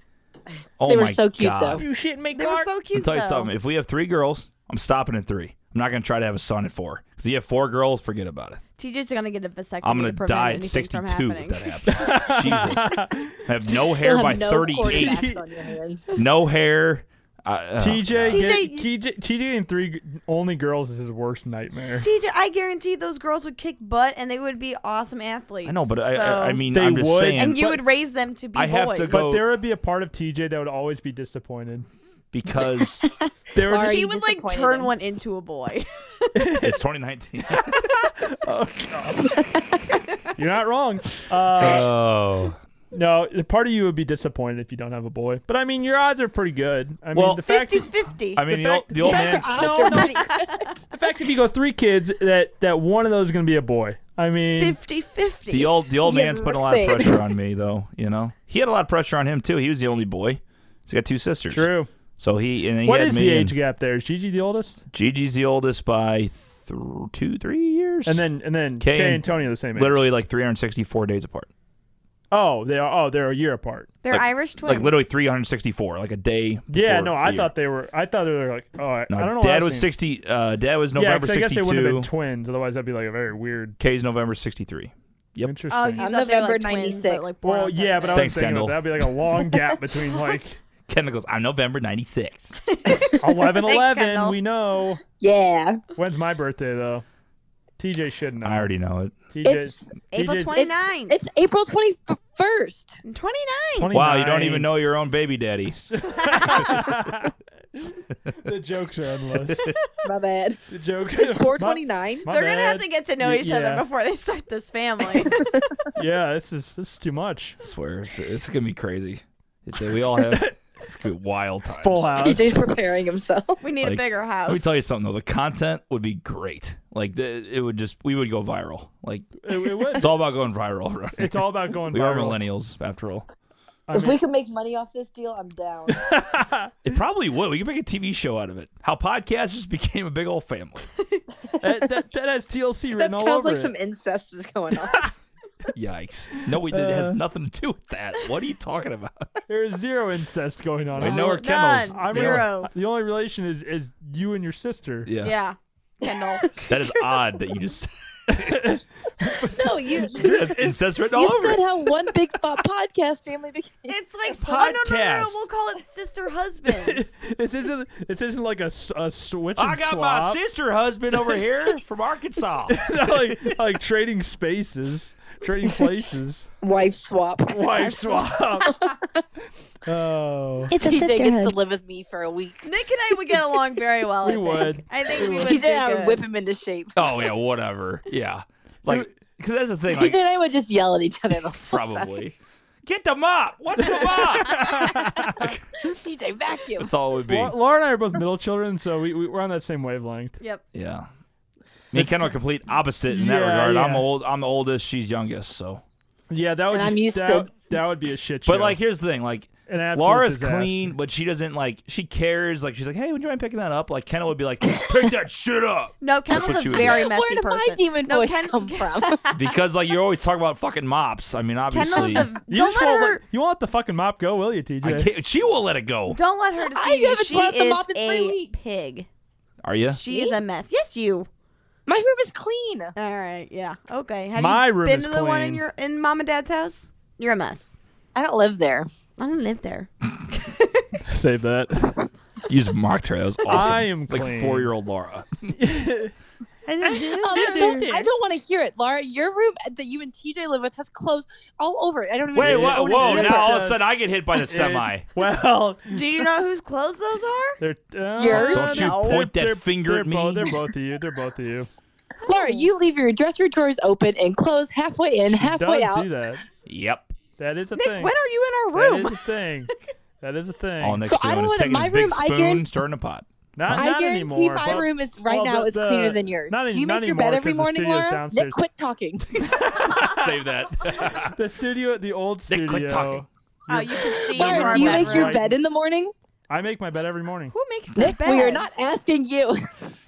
Speaker 2: Oh
Speaker 3: They were
Speaker 2: my
Speaker 3: so cute,
Speaker 2: God.
Speaker 3: though.
Speaker 4: You shit make
Speaker 1: They were so
Speaker 2: I'll
Speaker 1: cute.
Speaker 2: tell you
Speaker 1: though.
Speaker 2: something. If we have three girls, I'm stopping at three. I'm not gonna try to have a son at four. Cause you have four girls, forget about it.
Speaker 1: TJ's gonna get a vasectomy.
Speaker 2: I'm gonna
Speaker 1: to prevent
Speaker 2: die at
Speaker 1: anything
Speaker 2: 62
Speaker 1: from
Speaker 2: if
Speaker 1: happening.
Speaker 2: that
Speaker 1: [laughs]
Speaker 2: happens. Jesus, I have no hair
Speaker 3: You'll have
Speaker 2: by
Speaker 3: no
Speaker 2: 38.
Speaker 3: quarterbacks on your hands.
Speaker 2: No hair. I- uh,
Speaker 4: TJ,
Speaker 1: TJ
Speaker 4: get- TJ, TJ, and three g- only girls is his worst nightmare.
Speaker 1: TJ, I guarantee those girls would kick butt and they would be awesome athletes.
Speaker 2: I know, but I,
Speaker 1: So-
Speaker 2: I, I mean,
Speaker 4: They
Speaker 2: I'm just
Speaker 4: would.
Speaker 2: saying
Speaker 1: and you
Speaker 4: but-
Speaker 1: would raise them to be
Speaker 2: I
Speaker 1: boys.
Speaker 2: have to go-
Speaker 4: but there would be a part of TJ that would always be disappointed.
Speaker 1: [laughs]
Speaker 2: because
Speaker 4: There would
Speaker 3: Sorry,
Speaker 1: He
Speaker 3: you
Speaker 1: would like
Speaker 3: disappointed
Speaker 1: turn
Speaker 3: him.
Speaker 1: one into a [laughs] boy.
Speaker 2: it's
Speaker 4: [laughs]
Speaker 2: 2019.
Speaker 4: be- you're
Speaker 1: [laughs]
Speaker 4: not wrong. Uh,
Speaker 2: oh,
Speaker 4: no, the part of you would be disappointed if you don't have a boy. But I mean, your odds are pretty good. I
Speaker 2: Well-
Speaker 4: mean, the fact
Speaker 1: 50
Speaker 4: that,
Speaker 1: 50.
Speaker 2: I mean, the,
Speaker 4: The
Speaker 2: old,
Speaker 4: fact-
Speaker 2: the old
Speaker 1: [laughs]
Speaker 4: the
Speaker 2: man.
Speaker 4: fact- No, no.
Speaker 3: [laughs]
Speaker 4: the fact that if you go three kids, that that one of those is gonna be a boy. I mean,
Speaker 1: 50 50.
Speaker 2: The old
Speaker 1: [laughs]
Speaker 2: the old
Speaker 3: Yeah,
Speaker 2: man's
Speaker 3: the
Speaker 2: putting a lot of
Speaker 3: same.
Speaker 2: pressure on me, though. You know, he had a lot of pressure on him too. He was the only boy. He's got two sisters.
Speaker 4: true.
Speaker 2: So he and he
Speaker 4: What
Speaker 2: had
Speaker 4: is
Speaker 2: me
Speaker 4: the
Speaker 2: and
Speaker 4: age gap there? Is Gigi the oldest?
Speaker 2: Gigi's the oldest by th- two, three years,
Speaker 4: And then and then
Speaker 2: Kay
Speaker 4: Kay,
Speaker 2: and-
Speaker 4: and Tony are the same age.
Speaker 2: literally like 364 days apart.
Speaker 4: Oh, they are. Oh, they're a year apart.
Speaker 1: They're
Speaker 2: like-
Speaker 1: Irish twins.
Speaker 2: Like literally 364, like a day.
Speaker 4: Yeah,
Speaker 2: before
Speaker 4: no,
Speaker 2: a
Speaker 4: I
Speaker 2: year.
Speaker 4: thought they were. I thought they were like. Oh, I,
Speaker 2: No,
Speaker 4: I don't know. why I
Speaker 2: Dad
Speaker 4: was
Speaker 2: was
Speaker 4: thinking-
Speaker 2: 60. Uh, Dad was
Speaker 4: Yeah,
Speaker 2: November
Speaker 4: 'cause I guess they wouldn't
Speaker 2: 62.
Speaker 4: have been twins. Otherwise, that'd be like a very weird.
Speaker 2: Kay's November [laughs] 63. Yep.
Speaker 4: Interesting.
Speaker 1: Oh, you thought
Speaker 3: On
Speaker 1: they were,
Speaker 3: November
Speaker 1: like, twins, but,
Speaker 3: 96.
Speaker 1: like, born
Speaker 4: well,
Speaker 1: on
Speaker 4: yeah, but I
Speaker 1: Saturday.
Speaker 2: Thanks,
Speaker 4: was thinking
Speaker 2: Kendall.
Speaker 4: about that'd be like a
Speaker 1: [laughs]
Speaker 4: long gap between like
Speaker 2: Kendall goes, I'm November 96.
Speaker 4: 11,
Speaker 1: Thanks,
Speaker 4: 11.
Speaker 1: Kendall.
Speaker 4: We know.
Speaker 3: Yeah.
Speaker 4: When's my birthday though? TJ should know.
Speaker 2: I already know it.
Speaker 4: TJ,
Speaker 3: It's
Speaker 1: April
Speaker 4: 29.
Speaker 1: 29.
Speaker 3: it's April 21st.
Speaker 1: 29.
Speaker 2: Wow, you don't
Speaker 1: [laughs]
Speaker 2: even know your own baby daddy.
Speaker 4: [laughs] the jokes
Speaker 2: [laughs]
Speaker 4: are endless. [laughs]
Speaker 3: My bad.
Speaker 4: The joke.
Speaker 3: It's 429.
Speaker 4: My
Speaker 1: They're going to
Speaker 4: bad.
Speaker 1: have to get to know
Speaker 4: Y-
Speaker 1: each other
Speaker 4: yeah.
Speaker 1: before they start this
Speaker 3: [laughs]
Speaker 1: family.
Speaker 4: Yeah, this is this is too much.
Speaker 2: I swear, it's, it's going to be crazy. It's- we all
Speaker 4: [laughs]
Speaker 2: have it's gonna be wild times.
Speaker 4: Full house.
Speaker 3: TJ's preparing himself.
Speaker 1: we need a
Speaker 2: Like,
Speaker 1: bigger house.
Speaker 2: Let me tell you something, though. The content would be great. Like, the, it would just, we would go viral. Like,
Speaker 4: It- it would.
Speaker 2: it's all about going viral, [laughs] right?
Speaker 4: It's all about going
Speaker 2: we are
Speaker 4: viral.
Speaker 2: millennials, after all.
Speaker 4: I
Speaker 3: If
Speaker 4: mean-
Speaker 3: we can make money off this deal, I'm down.
Speaker 2: It probably would. We could make a TV show out of it. How podcasts just became a big old family.
Speaker 4: that, that, that has TLC written
Speaker 3: That
Speaker 4: all
Speaker 3: sounds
Speaker 4: over
Speaker 3: like
Speaker 4: it.
Speaker 3: some incest is going on.
Speaker 2: Yikes. No, we, it has nothing to do with that. What are you talking about?
Speaker 4: There's zero incest going on.
Speaker 2: I
Speaker 4: I'm
Speaker 2: know her
Speaker 4: really-
Speaker 2: kennels.
Speaker 1: None.
Speaker 4: I'm
Speaker 1: Zero.
Speaker 4: really- the only relation is is you and your sister.
Speaker 2: Yeah.
Speaker 1: Yeah. Kendall.
Speaker 2: That is odd that you just
Speaker 3: [laughs] No, [laughs] you.
Speaker 2: that's incest written all
Speaker 3: You
Speaker 2: over.
Speaker 3: said
Speaker 2: it.
Speaker 3: how one big thought [laughs] podcast family became.
Speaker 1: [laughs] It's like oh, no, no, no, no,
Speaker 2: podcast.
Speaker 1: We'll call it sister husbands.
Speaker 4: [laughs] this isn't this isn't like a, s- a switch and
Speaker 2: I got my
Speaker 4: swap.
Speaker 2: sister husband over here from Arkansas.
Speaker 4: [laughs] like like trading spaces,
Speaker 3: [laughs]
Speaker 4: trading places,
Speaker 3: Wife [laughs] swap.
Speaker 4: wife
Speaker 3: [laughs]
Speaker 4: swap. oh,
Speaker 7: It's a
Speaker 3: TJ gets to
Speaker 7: sisterhood.
Speaker 3: live with me for a week.
Speaker 1: Nick and I would get along very well.
Speaker 4: We
Speaker 1: I think.
Speaker 4: would.
Speaker 1: I think we would.
Speaker 3: TJ and I
Speaker 1: do
Speaker 3: would
Speaker 1: good.
Speaker 3: whip him into shape.
Speaker 2: Oh yeah, whatever. Yeah, like because that's the
Speaker 3: [laughs]
Speaker 2: thing.
Speaker 3: TJ
Speaker 2: Like
Speaker 3: and I would just yell at each other. The whole
Speaker 2: probably get the mop. What's the mop?
Speaker 3: time. TJ vacuum.
Speaker 2: that's all it would be.
Speaker 4: La- Laura and I are both middle children, so we, we we're on that same wavelength.
Speaker 1: Yep.
Speaker 2: Yeah. Me and Kendall are complete opposite in that
Speaker 4: Yeah,
Speaker 2: regard. I'm
Speaker 4: yeah.
Speaker 2: old. I'm the oldest. She's youngest. So,
Speaker 4: Yeah, that would
Speaker 3: And I'm
Speaker 4: just-
Speaker 3: used
Speaker 4: that,
Speaker 3: to-
Speaker 4: that would be a shit show.
Speaker 2: but like, here's the thing. Like,
Speaker 4: an absolute
Speaker 2: Laura's
Speaker 4: disaster.
Speaker 2: clean, but she doesn't like. She cares. Like, she's like, hey, would you mind picking that up? Like, Kendall would be like, pick that shit up.
Speaker 1: No,
Speaker 2: what
Speaker 1: Kendall's a
Speaker 2: you would
Speaker 1: very
Speaker 2: do.
Speaker 1: messy
Speaker 3: Where did
Speaker 1: person.
Speaker 3: my demon
Speaker 1: no,
Speaker 3: voice
Speaker 1: Ken-
Speaker 3: come [laughs] from?
Speaker 2: Because like, you're always talking about fucking mops. I mean, obviously,
Speaker 1: Kendall's a.
Speaker 4: You
Speaker 1: Don't
Speaker 4: just
Speaker 1: let
Speaker 4: won't
Speaker 1: her.
Speaker 4: you won't let the fucking mop go, will you, TJ?
Speaker 2: I can't, she will let it go.
Speaker 1: Don't let her
Speaker 3: I
Speaker 1: deceive you.
Speaker 3: haven't
Speaker 1: She
Speaker 3: brought them
Speaker 1: is
Speaker 3: up in three
Speaker 1: a
Speaker 3: weeks.
Speaker 1: pig.
Speaker 2: Are you?
Speaker 1: She is a mess. Yes, you.
Speaker 3: My room is clean.
Speaker 1: All right. Yeah. Okay. Have
Speaker 4: My
Speaker 1: you
Speaker 4: room
Speaker 1: been
Speaker 4: is
Speaker 1: to the one in
Speaker 4: clean.
Speaker 1: your in mom and dad's house? You're a mess.
Speaker 3: I don't live there.
Speaker 1: I don't live there.
Speaker 4: Save that.
Speaker 2: You just mocked her. That was awesome.
Speaker 4: I am
Speaker 2: It's like
Speaker 4: clean.
Speaker 2: four year old Laura.
Speaker 1: Oh,
Speaker 3: Um, don't, I don't want to hear it, Laura. Your room that you and TJ live with has clothes all over it. I don't even.
Speaker 2: Wait,
Speaker 3: know
Speaker 2: wha-
Speaker 3: what it
Speaker 2: whoa!
Speaker 3: is.
Speaker 2: Now all of a sudden I get hit
Speaker 4: [laughs]
Speaker 2: by the semi.
Speaker 4: [laughs] Well,
Speaker 1: Do you know whose clothes those are?
Speaker 4: they're uh,
Speaker 3: Yours?
Speaker 2: Don't you
Speaker 1: No.
Speaker 2: point that
Speaker 4: they're-
Speaker 2: finger
Speaker 4: they're
Speaker 2: at me?
Speaker 4: Both, they're both of you. They're both of you.
Speaker 3: Laura, you leave your dresser drawers open and clothes halfway in, [laughs] halfway
Speaker 4: Does
Speaker 3: out.
Speaker 4: do that.
Speaker 2: Yep.
Speaker 4: That is a
Speaker 1: Nick,
Speaker 4: thing.
Speaker 1: when are you in our
Speaker 4: That
Speaker 1: room?
Speaker 4: is a thing. That is a thing.
Speaker 2: All Nick's
Speaker 3: So
Speaker 2: doing
Speaker 3: I don't
Speaker 2: is
Speaker 3: wanna-
Speaker 2: taking
Speaker 3: my
Speaker 2: his big
Speaker 3: room, I
Speaker 2: spoon,
Speaker 3: guarant-
Speaker 2: stirring the pot.
Speaker 4: Not,
Speaker 3: I
Speaker 4: not
Speaker 3: guarantee
Speaker 4: anymore,
Speaker 3: my
Speaker 4: but-
Speaker 3: room is right
Speaker 4: well,
Speaker 3: now
Speaker 4: the-
Speaker 3: is cleaner
Speaker 4: the-
Speaker 3: than yours.
Speaker 4: not
Speaker 3: Do
Speaker 4: any-
Speaker 3: you
Speaker 4: not
Speaker 3: make your
Speaker 4: anymore,
Speaker 3: bed every
Speaker 4: 'cause the
Speaker 3: morning,
Speaker 4: studio's
Speaker 3: Laura?
Speaker 4: downstairs.
Speaker 3: Nick,
Speaker 4: [laughs]
Speaker 3: quit talking.
Speaker 2: Save that. [laughs]
Speaker 4: The studio, the old studio.
Speaker 2: Nick, quit talking.
Speaker 1: Oh, you can see. in
Speaker 3: Laura,
Speaker 1: our
Speaker 3: do you
Speaker 1: bedroom.
Speaker 3: make your
Speaker 4: Right.
Speaker 3: bed in the morning?
Speaker 4: I make my bed every
Speaker 3: [laughs]
Speaker 4: morning.
Speaker 1: Who makes the
Speaker 3: Nick,
Speaker 1: bed?
Speaker 3: we are not asking you.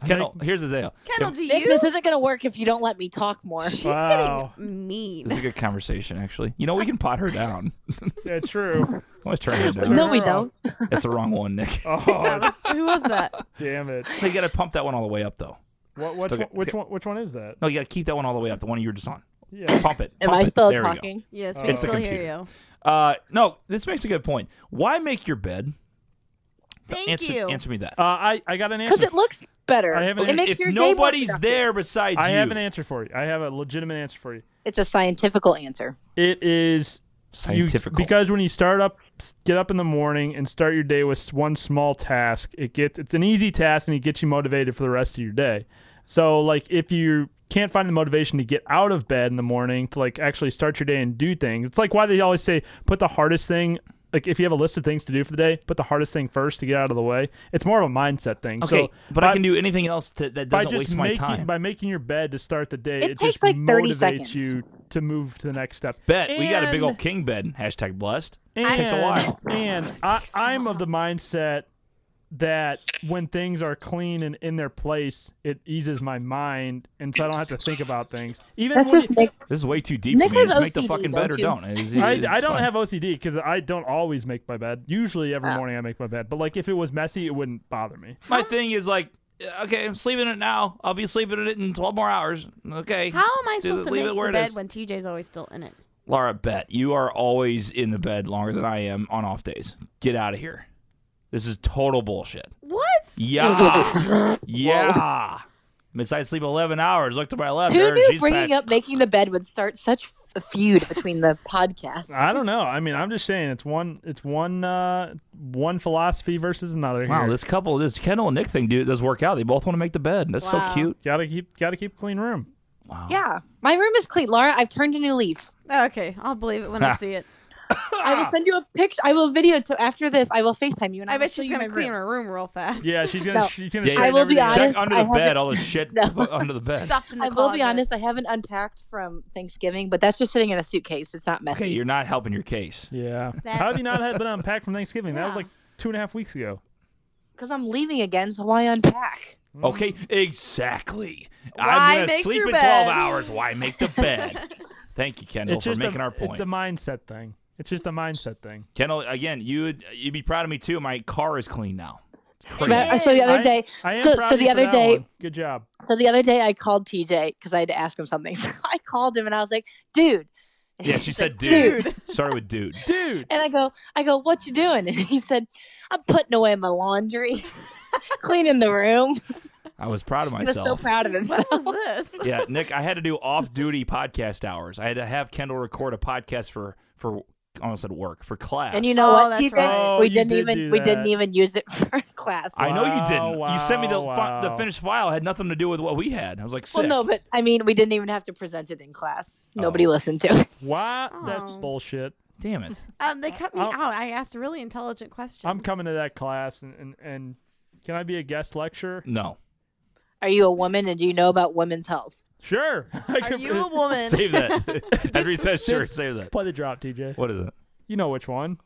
Speaker 2: Kendall, here's the deal.
Speaker 1: Kendall, do
Speaker 3: Nick,
Speaker 1: you?
Speaker 3: [laughs] this isn't going to work if you don't let me talk more.
Speaker 1: She's
Speaker 4: Wow.
Speaker 1: getting mean.
Speaker 2: This is a good conversation, actually. You know, we can pot her down. [laughs]
Speaker 4: Yeah,
Speaker 3: [laughs]
Speaker 4: true.
Speaker 2: Let's turn her down.
Speaker 3: No, we don't.
Speaker 2: That's the wrong one, Nick.
Speaker 1: That
Speaker 4: Oh,
Speaker 1: was- Who was that?
Speaker 4: damn it.
Speaker 2: So you got to pump that one all the way up, though.
Speaker 4: What, which,
Speaker 2: Still
Speaker 4: one,
Speaker 2: get-
Speaker 4: which, one, which one is that?
Speaker 2: No, you got to keep that one all the way up, the one you were just on.
Speaker 4: Yeah.
Speaker 2: Pump it.
Speaker 3: Am
Speaker 2: pump
Speaker 3: I
Speaker 2: it.
Speaker 3: still
Speaker 2: There we go.
Speaker 3: talking?
Speaker 1: Yes, we
Speaker 4: It's the
Speaker 1: still hear
Speaker 2: computer.
Speaker 1: you.
Speaker 2: Uh, no, this makes a good point. Why make your bed?
Speaker 1: Thank
Speaker 2: answer,
Speaker 1: you.
Speaker 2: Answer me that.
Speaker 4: Uh, I, I got an
Speaker 3: Because
Speaker 4: answer.
Speaker 3: it looks better.
Speaker 4: I have an-
Speaker 3: It makes
Speaker 2: if
Speaker 3: your day more
Speaker 2: nobody's
Speaker 3: productive.
Speaker 2: there besides
Speaker 4: I
Speaker 2: you,
Speaker 4: have an answer for you. I have a legitimate answer for you.
Speaker 3: It's a scientifical answer.
Speaker 4: It is you-
Speaker 2: scientific.
Speaker 4: because when you start up, get up in the morning and start your day with one small task. It gets it's an easy task and it gets you motivated for the rest of your day. So like if you can't find the motivation to get out of bed in the morning to like actually start your day and do things, it's like why they always say put the hardest thing. Like if you have a list of things to do for the day, put the hardest thing first to get out of the way. It's more of a mindset thing.
Speaker 2: okay,
Speaker 4: so,
Speaker 2: but I can do anything else to, that
Speaker 4: by
Speaker 2: doesn't
Speaker 4: just
Speaker 2: waste my
Speaker 4: making
Speaker 2: time.
Speaker 4: by making your bed to start the day,
Speaker 3: It
Speaker 4: it,
Speaker 3: takes,
Speaker 4: just
Speaker 3: like, 30
Speaker 4: motivates
Speaker 3: seconds.
Speaker 4: you to move to the next step.
Speaker 2: Bet we got a big
Speaker 4: And-
Speaker 2: old king bed. Hashtag blessed.
Speaker 4: and,
Speaker 2: takes a
Speaker 4: [laughs]
Speaker 2: while.
Speaker 4: And I, I'm of the mindset that when things are clean and in their place, it eases my mind, and so I don't have to think about things. Even
Speaker 3: That's
Speaker 4: when
Speaker 3: just
Speaker 4: you-
Speaker 3: Nick.
Speaker 2: This is way too deep
Speaker 3: Nick
Speaker 2: for me.
Speaker 3: has
Speaker 2: Just make the
Speaker 3: OCD,
Speaker 2: fucking
Speaker 3: don't
Speaker 2: bed or
Speaker 3: you?
Speaker 2: don't. It's- it's
Speaker 4: I, I don't
Speaker 2: fine.
Speaker 4: have OCD because I don't always make my bed. Usually
Speaker 3: Ah.
Speaker 4: every morning I make my bed, but like if it was messy, it wouldn't bother me.
Speaker 2: My thing is like, uh, okay, I'm sleeping in it now. I'll be sleeping in it in 12 more hours. Okay.
Speaker 1: How am I
Speaker 2: Do-
Speaker 1: supposed to
Speaker 2: leave
Speaker 1: make
Speaker 2: it where
Speaker 1: the
Speaker 2: it
Speaker 1: bed
Speaker 2: is.
Speaker 1: when TJ's always still in it?
Speaker 2: Laura, bet you are always in the bed longer than I am on off days. Get out of here. This is total bullshit.
Speaker 1: What?
Speaker 2: Yeah. yeah. Miss, I sleep 11 hours. Look to my left.
Speaker 3: Who
Speaker 2: there,
Speaker 3: knew
Speaker 2: she's
Speaker 3: bringing
Speaker 2: back.
Speaker 3: up making the bed would start such a feud between the podcasts?
Speaker 4: I don't know. I mean, I'm just saying it's one, it's one, uh, one philosophy versus another.
Speaker 2: Wow,
Speaker 4: here.
Speaker 2: this couple, this Kendall and Nick thing, dude, does work out. They both want to make the bed. That's
Speaker 1: Wow.
Speaker 2: so cute.
Speaker 4: gotta keep, gotta keep a clean room.
Speaker 2: Wow.
Speaker 3: Yeah, my room is clean, Laura. I've turned a new leaf.
Speaker 1: Okay, I'll believe it when I see it.
Speaker 3: I will send you a picture. I will video to after this. I will Facetime you, and
Speaker 1: Ah.
Speaker 3: I,
Speaker 1: I
Speaker 3: will
Speaker 1: bet
Speaker 3: show
Speaker 1: she's
Speaker 3: you
Speaker 1: gonna
Speaker 3: my
Speaker 1: clean
Speaker 3: room.
Speaker 1: her room real fast. [laughs]
Speaker 4: Yeah, she's gonna,
Speaker 3: No.
Speaker 4: she's gonna.
Speaker 2: Yeah, yeah.
Speaker 4: straighten
Speaker 3: I will
Speaker 4: everything
Speaker 3: be
Speaker 4: out.
Speaker 3: honest.
Speaker 2: Check under the
Speaker 3: I
Speaker 2: bed,
Speaker 3: haven't-
Speaker 2: all the shit under the bed.
Speaker 1: Stuffed in the
Speaker 3: I will be
Speaker 1: closet.
Speaker 3: honest. I haven't unpacked from Thanksgiving, but that's just sitting in a suitcase. It's not messy.
Speaker 2: Okay, you're not helping your case.
Speaker 4: Yeah.
Speaker 1: That-
Speaker 4: How have you not had been unpacked from Thanksgiving? That was
Speaker 1: Yeah.
Speaker 4: like two and a half weeks ago.
Speaker 3: Because I'm leaving again, so why unpack?
Speaker 2: Okay, exactly.
Speaker 1: Why
Speaker 2: I'm gonna
Speaker 1: make
Speaker 2: sleep
Speaker 1: your
Speaker 2: in
Speaker 1: bed?
Speaker 3: [laughs]
Speaker 2: twelve hours. Why make the bed? Thank you, Kendall,
Speaker 4: it's
Speaker 2: for
Speaker 4: just
Speaker 2: making
Speaker 4: a,
Speaker 2: our point.
Speaker 4: It's a mindset thing. It's just a mindset thing.
Speaker 2: Kendall, again, you would you'd be proud of me too. My car is clean now. It's crazy.
Speaker 3: But, uh, so the other day,
Speaker 4: I, I am
Speaker 3: so,
Speaker 4: proud
Speaker 3: so
Speaker 4: of you
Speaker 3: the
Speaker 4: for
Speaker 3: other
Speaker 4: that
Speaker 3: day,
Speaker 4: one. good job.
Speaker 3: so the other day, I called TJ because I had to ask him something. [laughs] So I called him and I was like, "Dude." And
Speaker 2: yeah,
Speaker 3: [laughs] he's
Speaker 2: she
Speaker 3: like,
Speaker 2: said, dude. Started with
Speaker 3: [laughs]
Speaker 2: dude.
Speaker 4: Dude,
Speaker 3: And I go, I go, what you doing? [laughs] And he said, I'm putting away my laundry,
Speaker 1: [laughs]
Speaker 3: cleaning
Speaker 4: [laughs]
Speaker 3: the room.
Speaker 2: I was proud of
Speaker 3: He was so
Speaker 2: myself.
Speaker 3: proud of himself.
Speaker 1: [laughs] What was this?
Speaker 2: yeah, Nick, I had to do off-duty podcast hours. I had to have Kendall record a podcast for for I almost said work for class.
Speaker 3: And you know
Speaker 1: Oh,
Speaker 3: what,
Speaker 1: that's
Speaker 3: TJ?
Speaker 1: right.
Speaker 4: Oh,
Speaker 3: we
Speaker 4: you
Speaker 3: didn't
Speaker 4: did
Speaker 3: even
Speaker 4: do
Speaker 3: we
Speaker 4: that.
Speaker 3: didn't even use it [laughs] for class.
Speaker 2: I know you didn't.
Speaker 4: Wow,
Speaker 2: you sent me the fi- the
Speaker 4: wow.
Speaker 2: finished file. It had nothing to do with what we had. I was like, sick.
Speaker 3: well, no, but I mean, we didn't even have to present it in class. Nobody listened to it.
Speaker 4: Oh. what? That's
Speaker 1: Oh.
Speaker 4: bullshit.
Speaker 2: Damn it.
Speaker 1: Um, they cut me
Speaker 4: I'll-
Speaker 1: out. I asked really intelligent questions.
Speaker 4: I'm coming to that class, and, and and can I be a guest lecturer?
Speaker 2: No.
Speaker 3: Are you a woman and do you know about women's health?
Speaker 4: Sure. [laughs] I
Speaker 1: Are
Speaker 4: can-
Speaker 1: you a woman?
Speaker 2: Save that. [laughs] Henry says, sure,
Speaker 4: this-
Speaker 2: save that.
Speaker 4: play the drop, TJ?
Speaker 2: What is it?
Speaker 4: You know which one.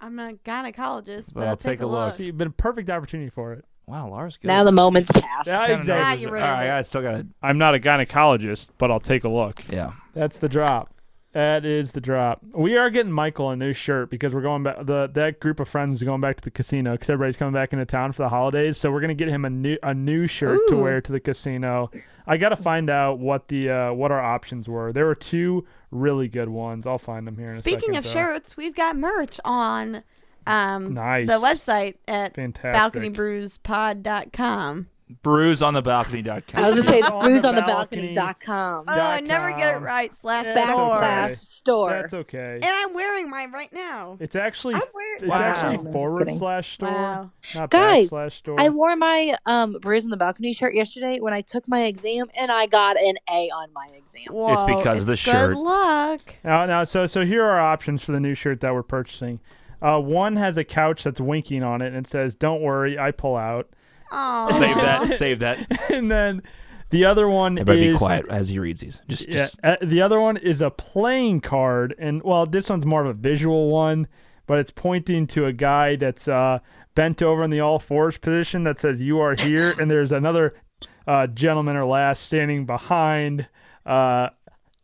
Speaker 1: I'm a gynecologist, but,
Speaker 2: Well,
Speaker 1: I'll take, a look.
Speaker 4: You've been a perfect opportunity for it.
Speaker 2: Wow, Lars. Good.
Speaker 3: Now the moment's passed.
Speaker 4: Yeah,
Speaker 1: Now
Speaker 4: exactly.
Speaker 1: you
Speaker 2: All
Speaker 1: ruined
Speaker 2: right,
Speaker 1: it.
Speaker 2: I still got to.
Speaker 7: I'm not a gynecologist, but I'll take a look.
Speaker 2: Yeah.
Speaker 4: That's the drop. That is the drop. We are getting Michael a new shirt because we're going back. The that group of friends is going back to the casino because everybody's coming back into town for the holidays. So we're gonna get him a new a new shirt to
Speaker 1: Ooh.
Speaker 4: wear to the casino. I gotta find out what the uh, what our options were. There were two really good ones. I'll find them here. In
Speaker 1: Speaking
Speaker 4: a second,
Speaker 1: of
Speaker 4: though.
Speaker 1: shirts, we've got merch on um,
Speaker 4: Nice.
Speaker 1: the website at
Speaker 4: Fantastic.
Speaker 1: balconybrewspod.com.
Speaker 2: Bruise on the
Speaker 3: I was
Speaker 2: balcony.com.
Speaker 3: gonna say
Speaker 4: On the
Speaker 3: broods on the
Speaker 4: balcony.
Speaker 3: balcony.com.
Speaker 1: Oh, I never get it
Speaker 4: com.
Speaker 1: right. Slash store.
Speaker 3: Backslash
Speaker 4: okay.
Speaker 3: store.
Speaker 4: That's okay.
Speaker 1: And I'm wearing mine right now.
Speaker 4: It's actually
Speaker 3: I'm wearing-
Speaker 4: it's
Speaker 3: Wow. I'm
Speaker 4: actually
Speaker 3: just
Speaker 4: forward
Speaker 3: kidding.
Speaker 4: slash store,
Speaker 1: Wow.
Speaker 4: not
Speaker 3: Guys,
Speaker 4: backslash store.
Speaker 3: I wore my um bruise on the balcony shirt yesterday when I took my exam and I got an A on my exam.
Speaker 1: Whoa,
Speaker 2: because of the
Speaker 1: it's
Speaker 2: shirt.
Speaker 1: Good luck.
Speaker 4: Now, now, so so here are our options for the new shirt that we're purchasing. Uh, one has a couch that's winking on it and says, "Don't worry, I pull out." [laughs]
Speaker 1: Oh,
Speaker 2: save that. Save that.
Speaker 4: And then the other one
Speaker 2: Everybody
Speaker 4: is
Speaker 2: be quiet as he reads these. Just,
Speaker 4: Yeah,
Speaker 2: just
Speaker 4: uh, the other one is a playing card, and well, this one's more of a visual one, but it's pointing to a guy that's uh, bent over in the all fours position that says, "You are here," and there's another uh, gentleman or lass standing behind. Uh,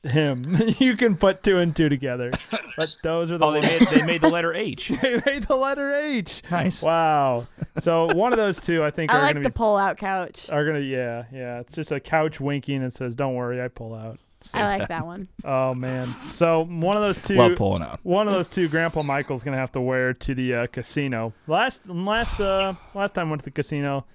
Speaker 4: him, [laughs] you can put two and two together, but those are the
Speaker 2: Oh, they
Speaker 4: ones-
Speaker 2: made they made the letter H.
Speaker 4: [laughs] they made the letter H.
Speaker 2: [laughs] Nice.
Speaker 4: Wow. So one of those two, I
Speaker 1: [laughs]
Speaker 4: think,
Speaker 1: I
Speaker 4: are
Speaker 1: like
Speaker 4: gonna
Speaker 1: the
Speaker 4: be
Speaker 1: pull out
Speaker 4: [laughs]
Speaker 1: couch.
Speaker 4: are gonna yeah yeah. It's just a couch winking and says, "Don't worry, I pull out."
Speaker 1: I like that one.
Speaker 4: Oh man. So one of those two.
Speaker 2: Love pulling out.
Speaker 4: One of those two, Grandpa Michael's gonna have to wear to the uh, casino. Last last uh last time I went to the casino,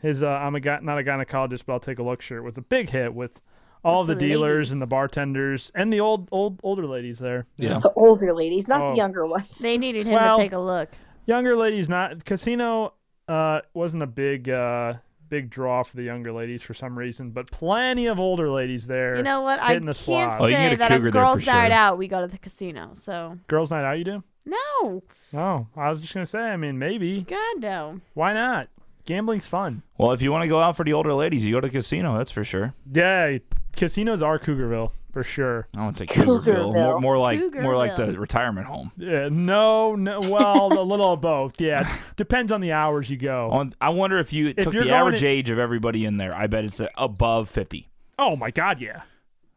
Speaker 4: his uh, I'm a guy, not a gynecologist, but I'll take a look shirt was a big hit with all the
Speaker 1: The
Speaker 4: dealers
Speaker 1: ladies.
Speaker 4: and the bartenders and the old old older ladies there.
Speaker 2: Yeah.
Speaker 3: The older ladies, not
Speaker 4: Oh.
Speaker 3: the younger ones.
Speaker 1: [laughs] They needed him
Speaker 4: Well-
Speaker 1: to take a look.
Speaker 4: younger ladies not casino uh wasn't a big uh big draw for the younger ladies for some reason but plenty of older ladies there
Speaker 1: You know what? I
Speaker 4: hitting
Speaker 1: can't
Speaker 4: the slot
Speaker 2: Oh, you can
Speaker 1: say
Speaker 2: get a
Speaker 1: that
Speaker 2: cougar
Speaker 1: if
Speaker 2: there for
Speaker 1: girls died
Speaker 2: sure.
Speaker 1: out, we go to the casino. So
Speaker 4: girls night out you do
Speaker 1: no,
Speaker 4: no i was just gonna say i mean maybe
Speaker 1: God no.
Speaker 4: why not gambling's fun
Speaker 2: Well, if you want to go out for the older ladies, you go to casino. That's for sure.
Speaker 4: yeah casinos are cougarville for sure
Speaker 2: I wouldn't say Cougarville. More,
Speaker 3: Cougarville.
Speaker 2: more like more like the
Speaker 1: Cougarville.
Speaker 2: retirement home.
Speaker 4: yeah no no well a little of both yeah depends on the hours you go
Speaker 2: On- I wonder if you took
Speaker 4: you're
Speaker 2: the
Speaker 4: going
Speaker 2: average
Speaker 4: to-
Speaker 2: age of everybody in there. I bet it's uh, above fifty.
Speaker 4: oh my god yeah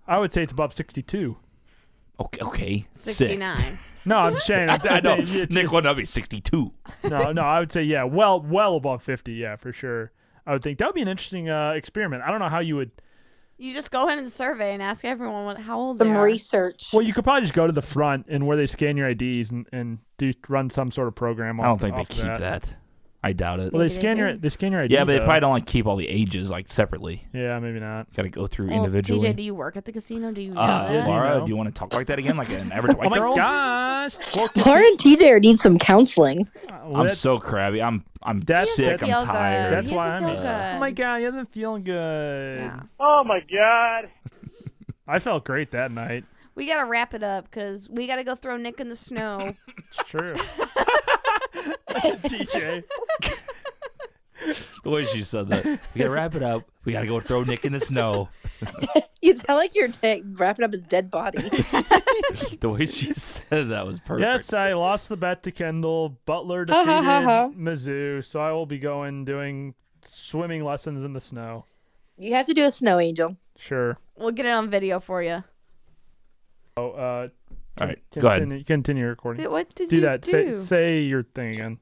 Speaker 4: i would say it's above 62
Speaker 2: Okay, okay, sick.
Speaker 1: Sixty
Speaker 2: [laughs]
Speaker 1: nine.
Speaker 4: no i'm just saying
Speaker 2: I, [laughs] I know
Speaker 4: I'm saying it's-
Speaker 2: Nick would not be sixty-two.
Speaker 4: no, no, I would say yeah, well, well above fifty, yeah, for sure. I would think that would be an interesting uh, experiment. I don't know how you would.
Speaker 1: You just go in and survey and ask everyone what, how old they
Speaker 3: Some
Speaker 1: are.
Speaker 3: research.
Speaker 4: Well, you could probably just go to the front and where they scan your IDs and, and do run some sort of program. Off,
Speaker 2: I don't think they
Speaker 4: off of
Speaker 2: keep that. I doubt it.
Speaker 4: Well,
Speaker 1: Maybe
Speaker 4: they
Speaker 1: they
Speaker 4: scan your
Speaker 1: do.
Speaker 4: they scan your ID.
Speaker 2: yeah, but they
Speaker 4: though.
Speaker 2: probably don't like keep all the ages like separately.
Speaker 4: Yeah, maybe not.
Speaker 2: Got to go through
Speaker 1: Well,
Speaker 2: individually.
Speaker 1: TJ, Oh, do you work at the casino? Do you know
Speaker 2: uh,
Speaker 1: that?
Speaker 2: Laura,
Speaker 4: You
Speaker 2: do
Speaker 4: know.
Speaker 2: you want to talk like that again, like an [laughs] average white
Speaker 4: Oh my
Speaker 2: girl?
Speaker 4: gosh!
Speaker 2: [laughs]
Speaker 4: Well,
Speaker 3: Laura and TJ are- need some [laughs] counseling.
Speaker 4: well,
Speaker 2: I'm
Speaker 4: that-
Speaker 2: so crabby. I'm I'm
Speaker 4: That's-
Speaker 2: sick.
Speaker 1: Feel
Speaker 2: I'm
Speaker 1: good.
Speaker 2: tired.
Speaker 4: That's
Speaker 1: He
Speaker 4: why
Speaker 1: doesn't
Speaker 4: I'm
Speaker 1: feel
Speaker 2: here. Uh,
Speaker 4: oh my
Speaker 1: good.
Speaker 4: god, he doesn't feel good.
Speaker 1: Yeah.
Speaker 6: Oh my god.
Speaker 4: I felt great that night.
Speaker 1: We gotta wrap it up because we gotta go throw Nick in the snow.
Speaker 4: It's [laughs] true. TJ,
Speaker 2: the way she said that. We gotta wrap it up. We gotta go throw Nick in the snow.
Speaker 3: You sound like you're ta- wrapping up his dead body.
Speaker 2: The way she [laughs] said that was perfect.
Speaker 4: Yes, I lost the bet to Kendall. Butler
Speaker 3: Ha, ha,
Speaker 4: defeated
Speaker 3: ha, ha.
Speaker 4: Mizzou, so I will be going doing swimming lessons in the snow.
Speaker 3: you have to do a snow angel.
Speaker 4: Sure.
Speaker 1: we'll get it on video for you.
Speaker 4: Oh, uh,
Speaker 2: All right,
Speaker 4: continue,
Speaker 2: go ahead.
Speaker 4: Continue recording.
Speaker 1: What did
Speaker 4: Do
Speaker 1: you
Speaker 4: that.
Speaker 1: do?
Speaker 4: Say, say your thing again.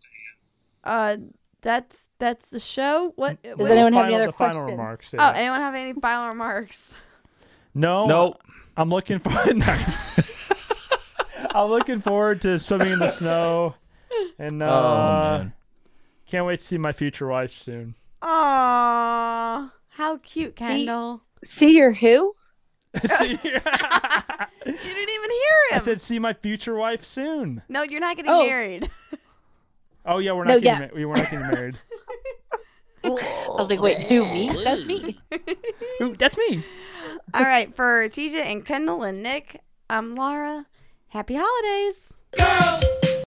Speaker 1: uh, that's that's the show. What? Does
Speaker 4: Well,
Speaker 3: anyone
Speaker 4: the
Speaker 3: have
Speaker 4: final-
Speaker 3: any other
Speaker 4: the final
Speaker 3: questions?
Speaker 4: remarks,
Speaker 1: Oh,
Speaker 4: yeah.
Speaker 1: anyone have any final remarks?
Speaker 4: no,
Speaker 2: No.
Speaker 4: I'm looking [laughs]
Speaker 2: [laughs]
Speaker 4: forward. nice. I'm looking forward to swimming in the snow, and uh,
Speaker 2: oh man.
Speaker 4: can't wait to see my future
Speaker 2: [laughs]
Speaker 4: wife soon. [laughs]
Speaker 1: Aww, how cute, Kendall.
Speaker 3: See your who?
Speaker 4: See- I
Speaker 1: You didn't even hear him.
Speaker 4: said, see my future wife soon.
Speaker 1: no, you're not getting
Speaker 3: Oh.
Speaker 1: married. [laughs]
Speaker 4: Oh yeah, we're not
Speaker 3: No,
Speaker 4: getting
Speaker 3: yeah.
Speaker 4: ma- we were not getting
Speaker 3: [laughs]
Speaker 4: married.
Speaker 3: I was like, wait, who me? That's me.
Speaker 4: Ooh, that's me.
Speaker 1: All right, for TJ and Kendall and Nick, I'm Laura. Happy holidays.
Speaker 8: Girls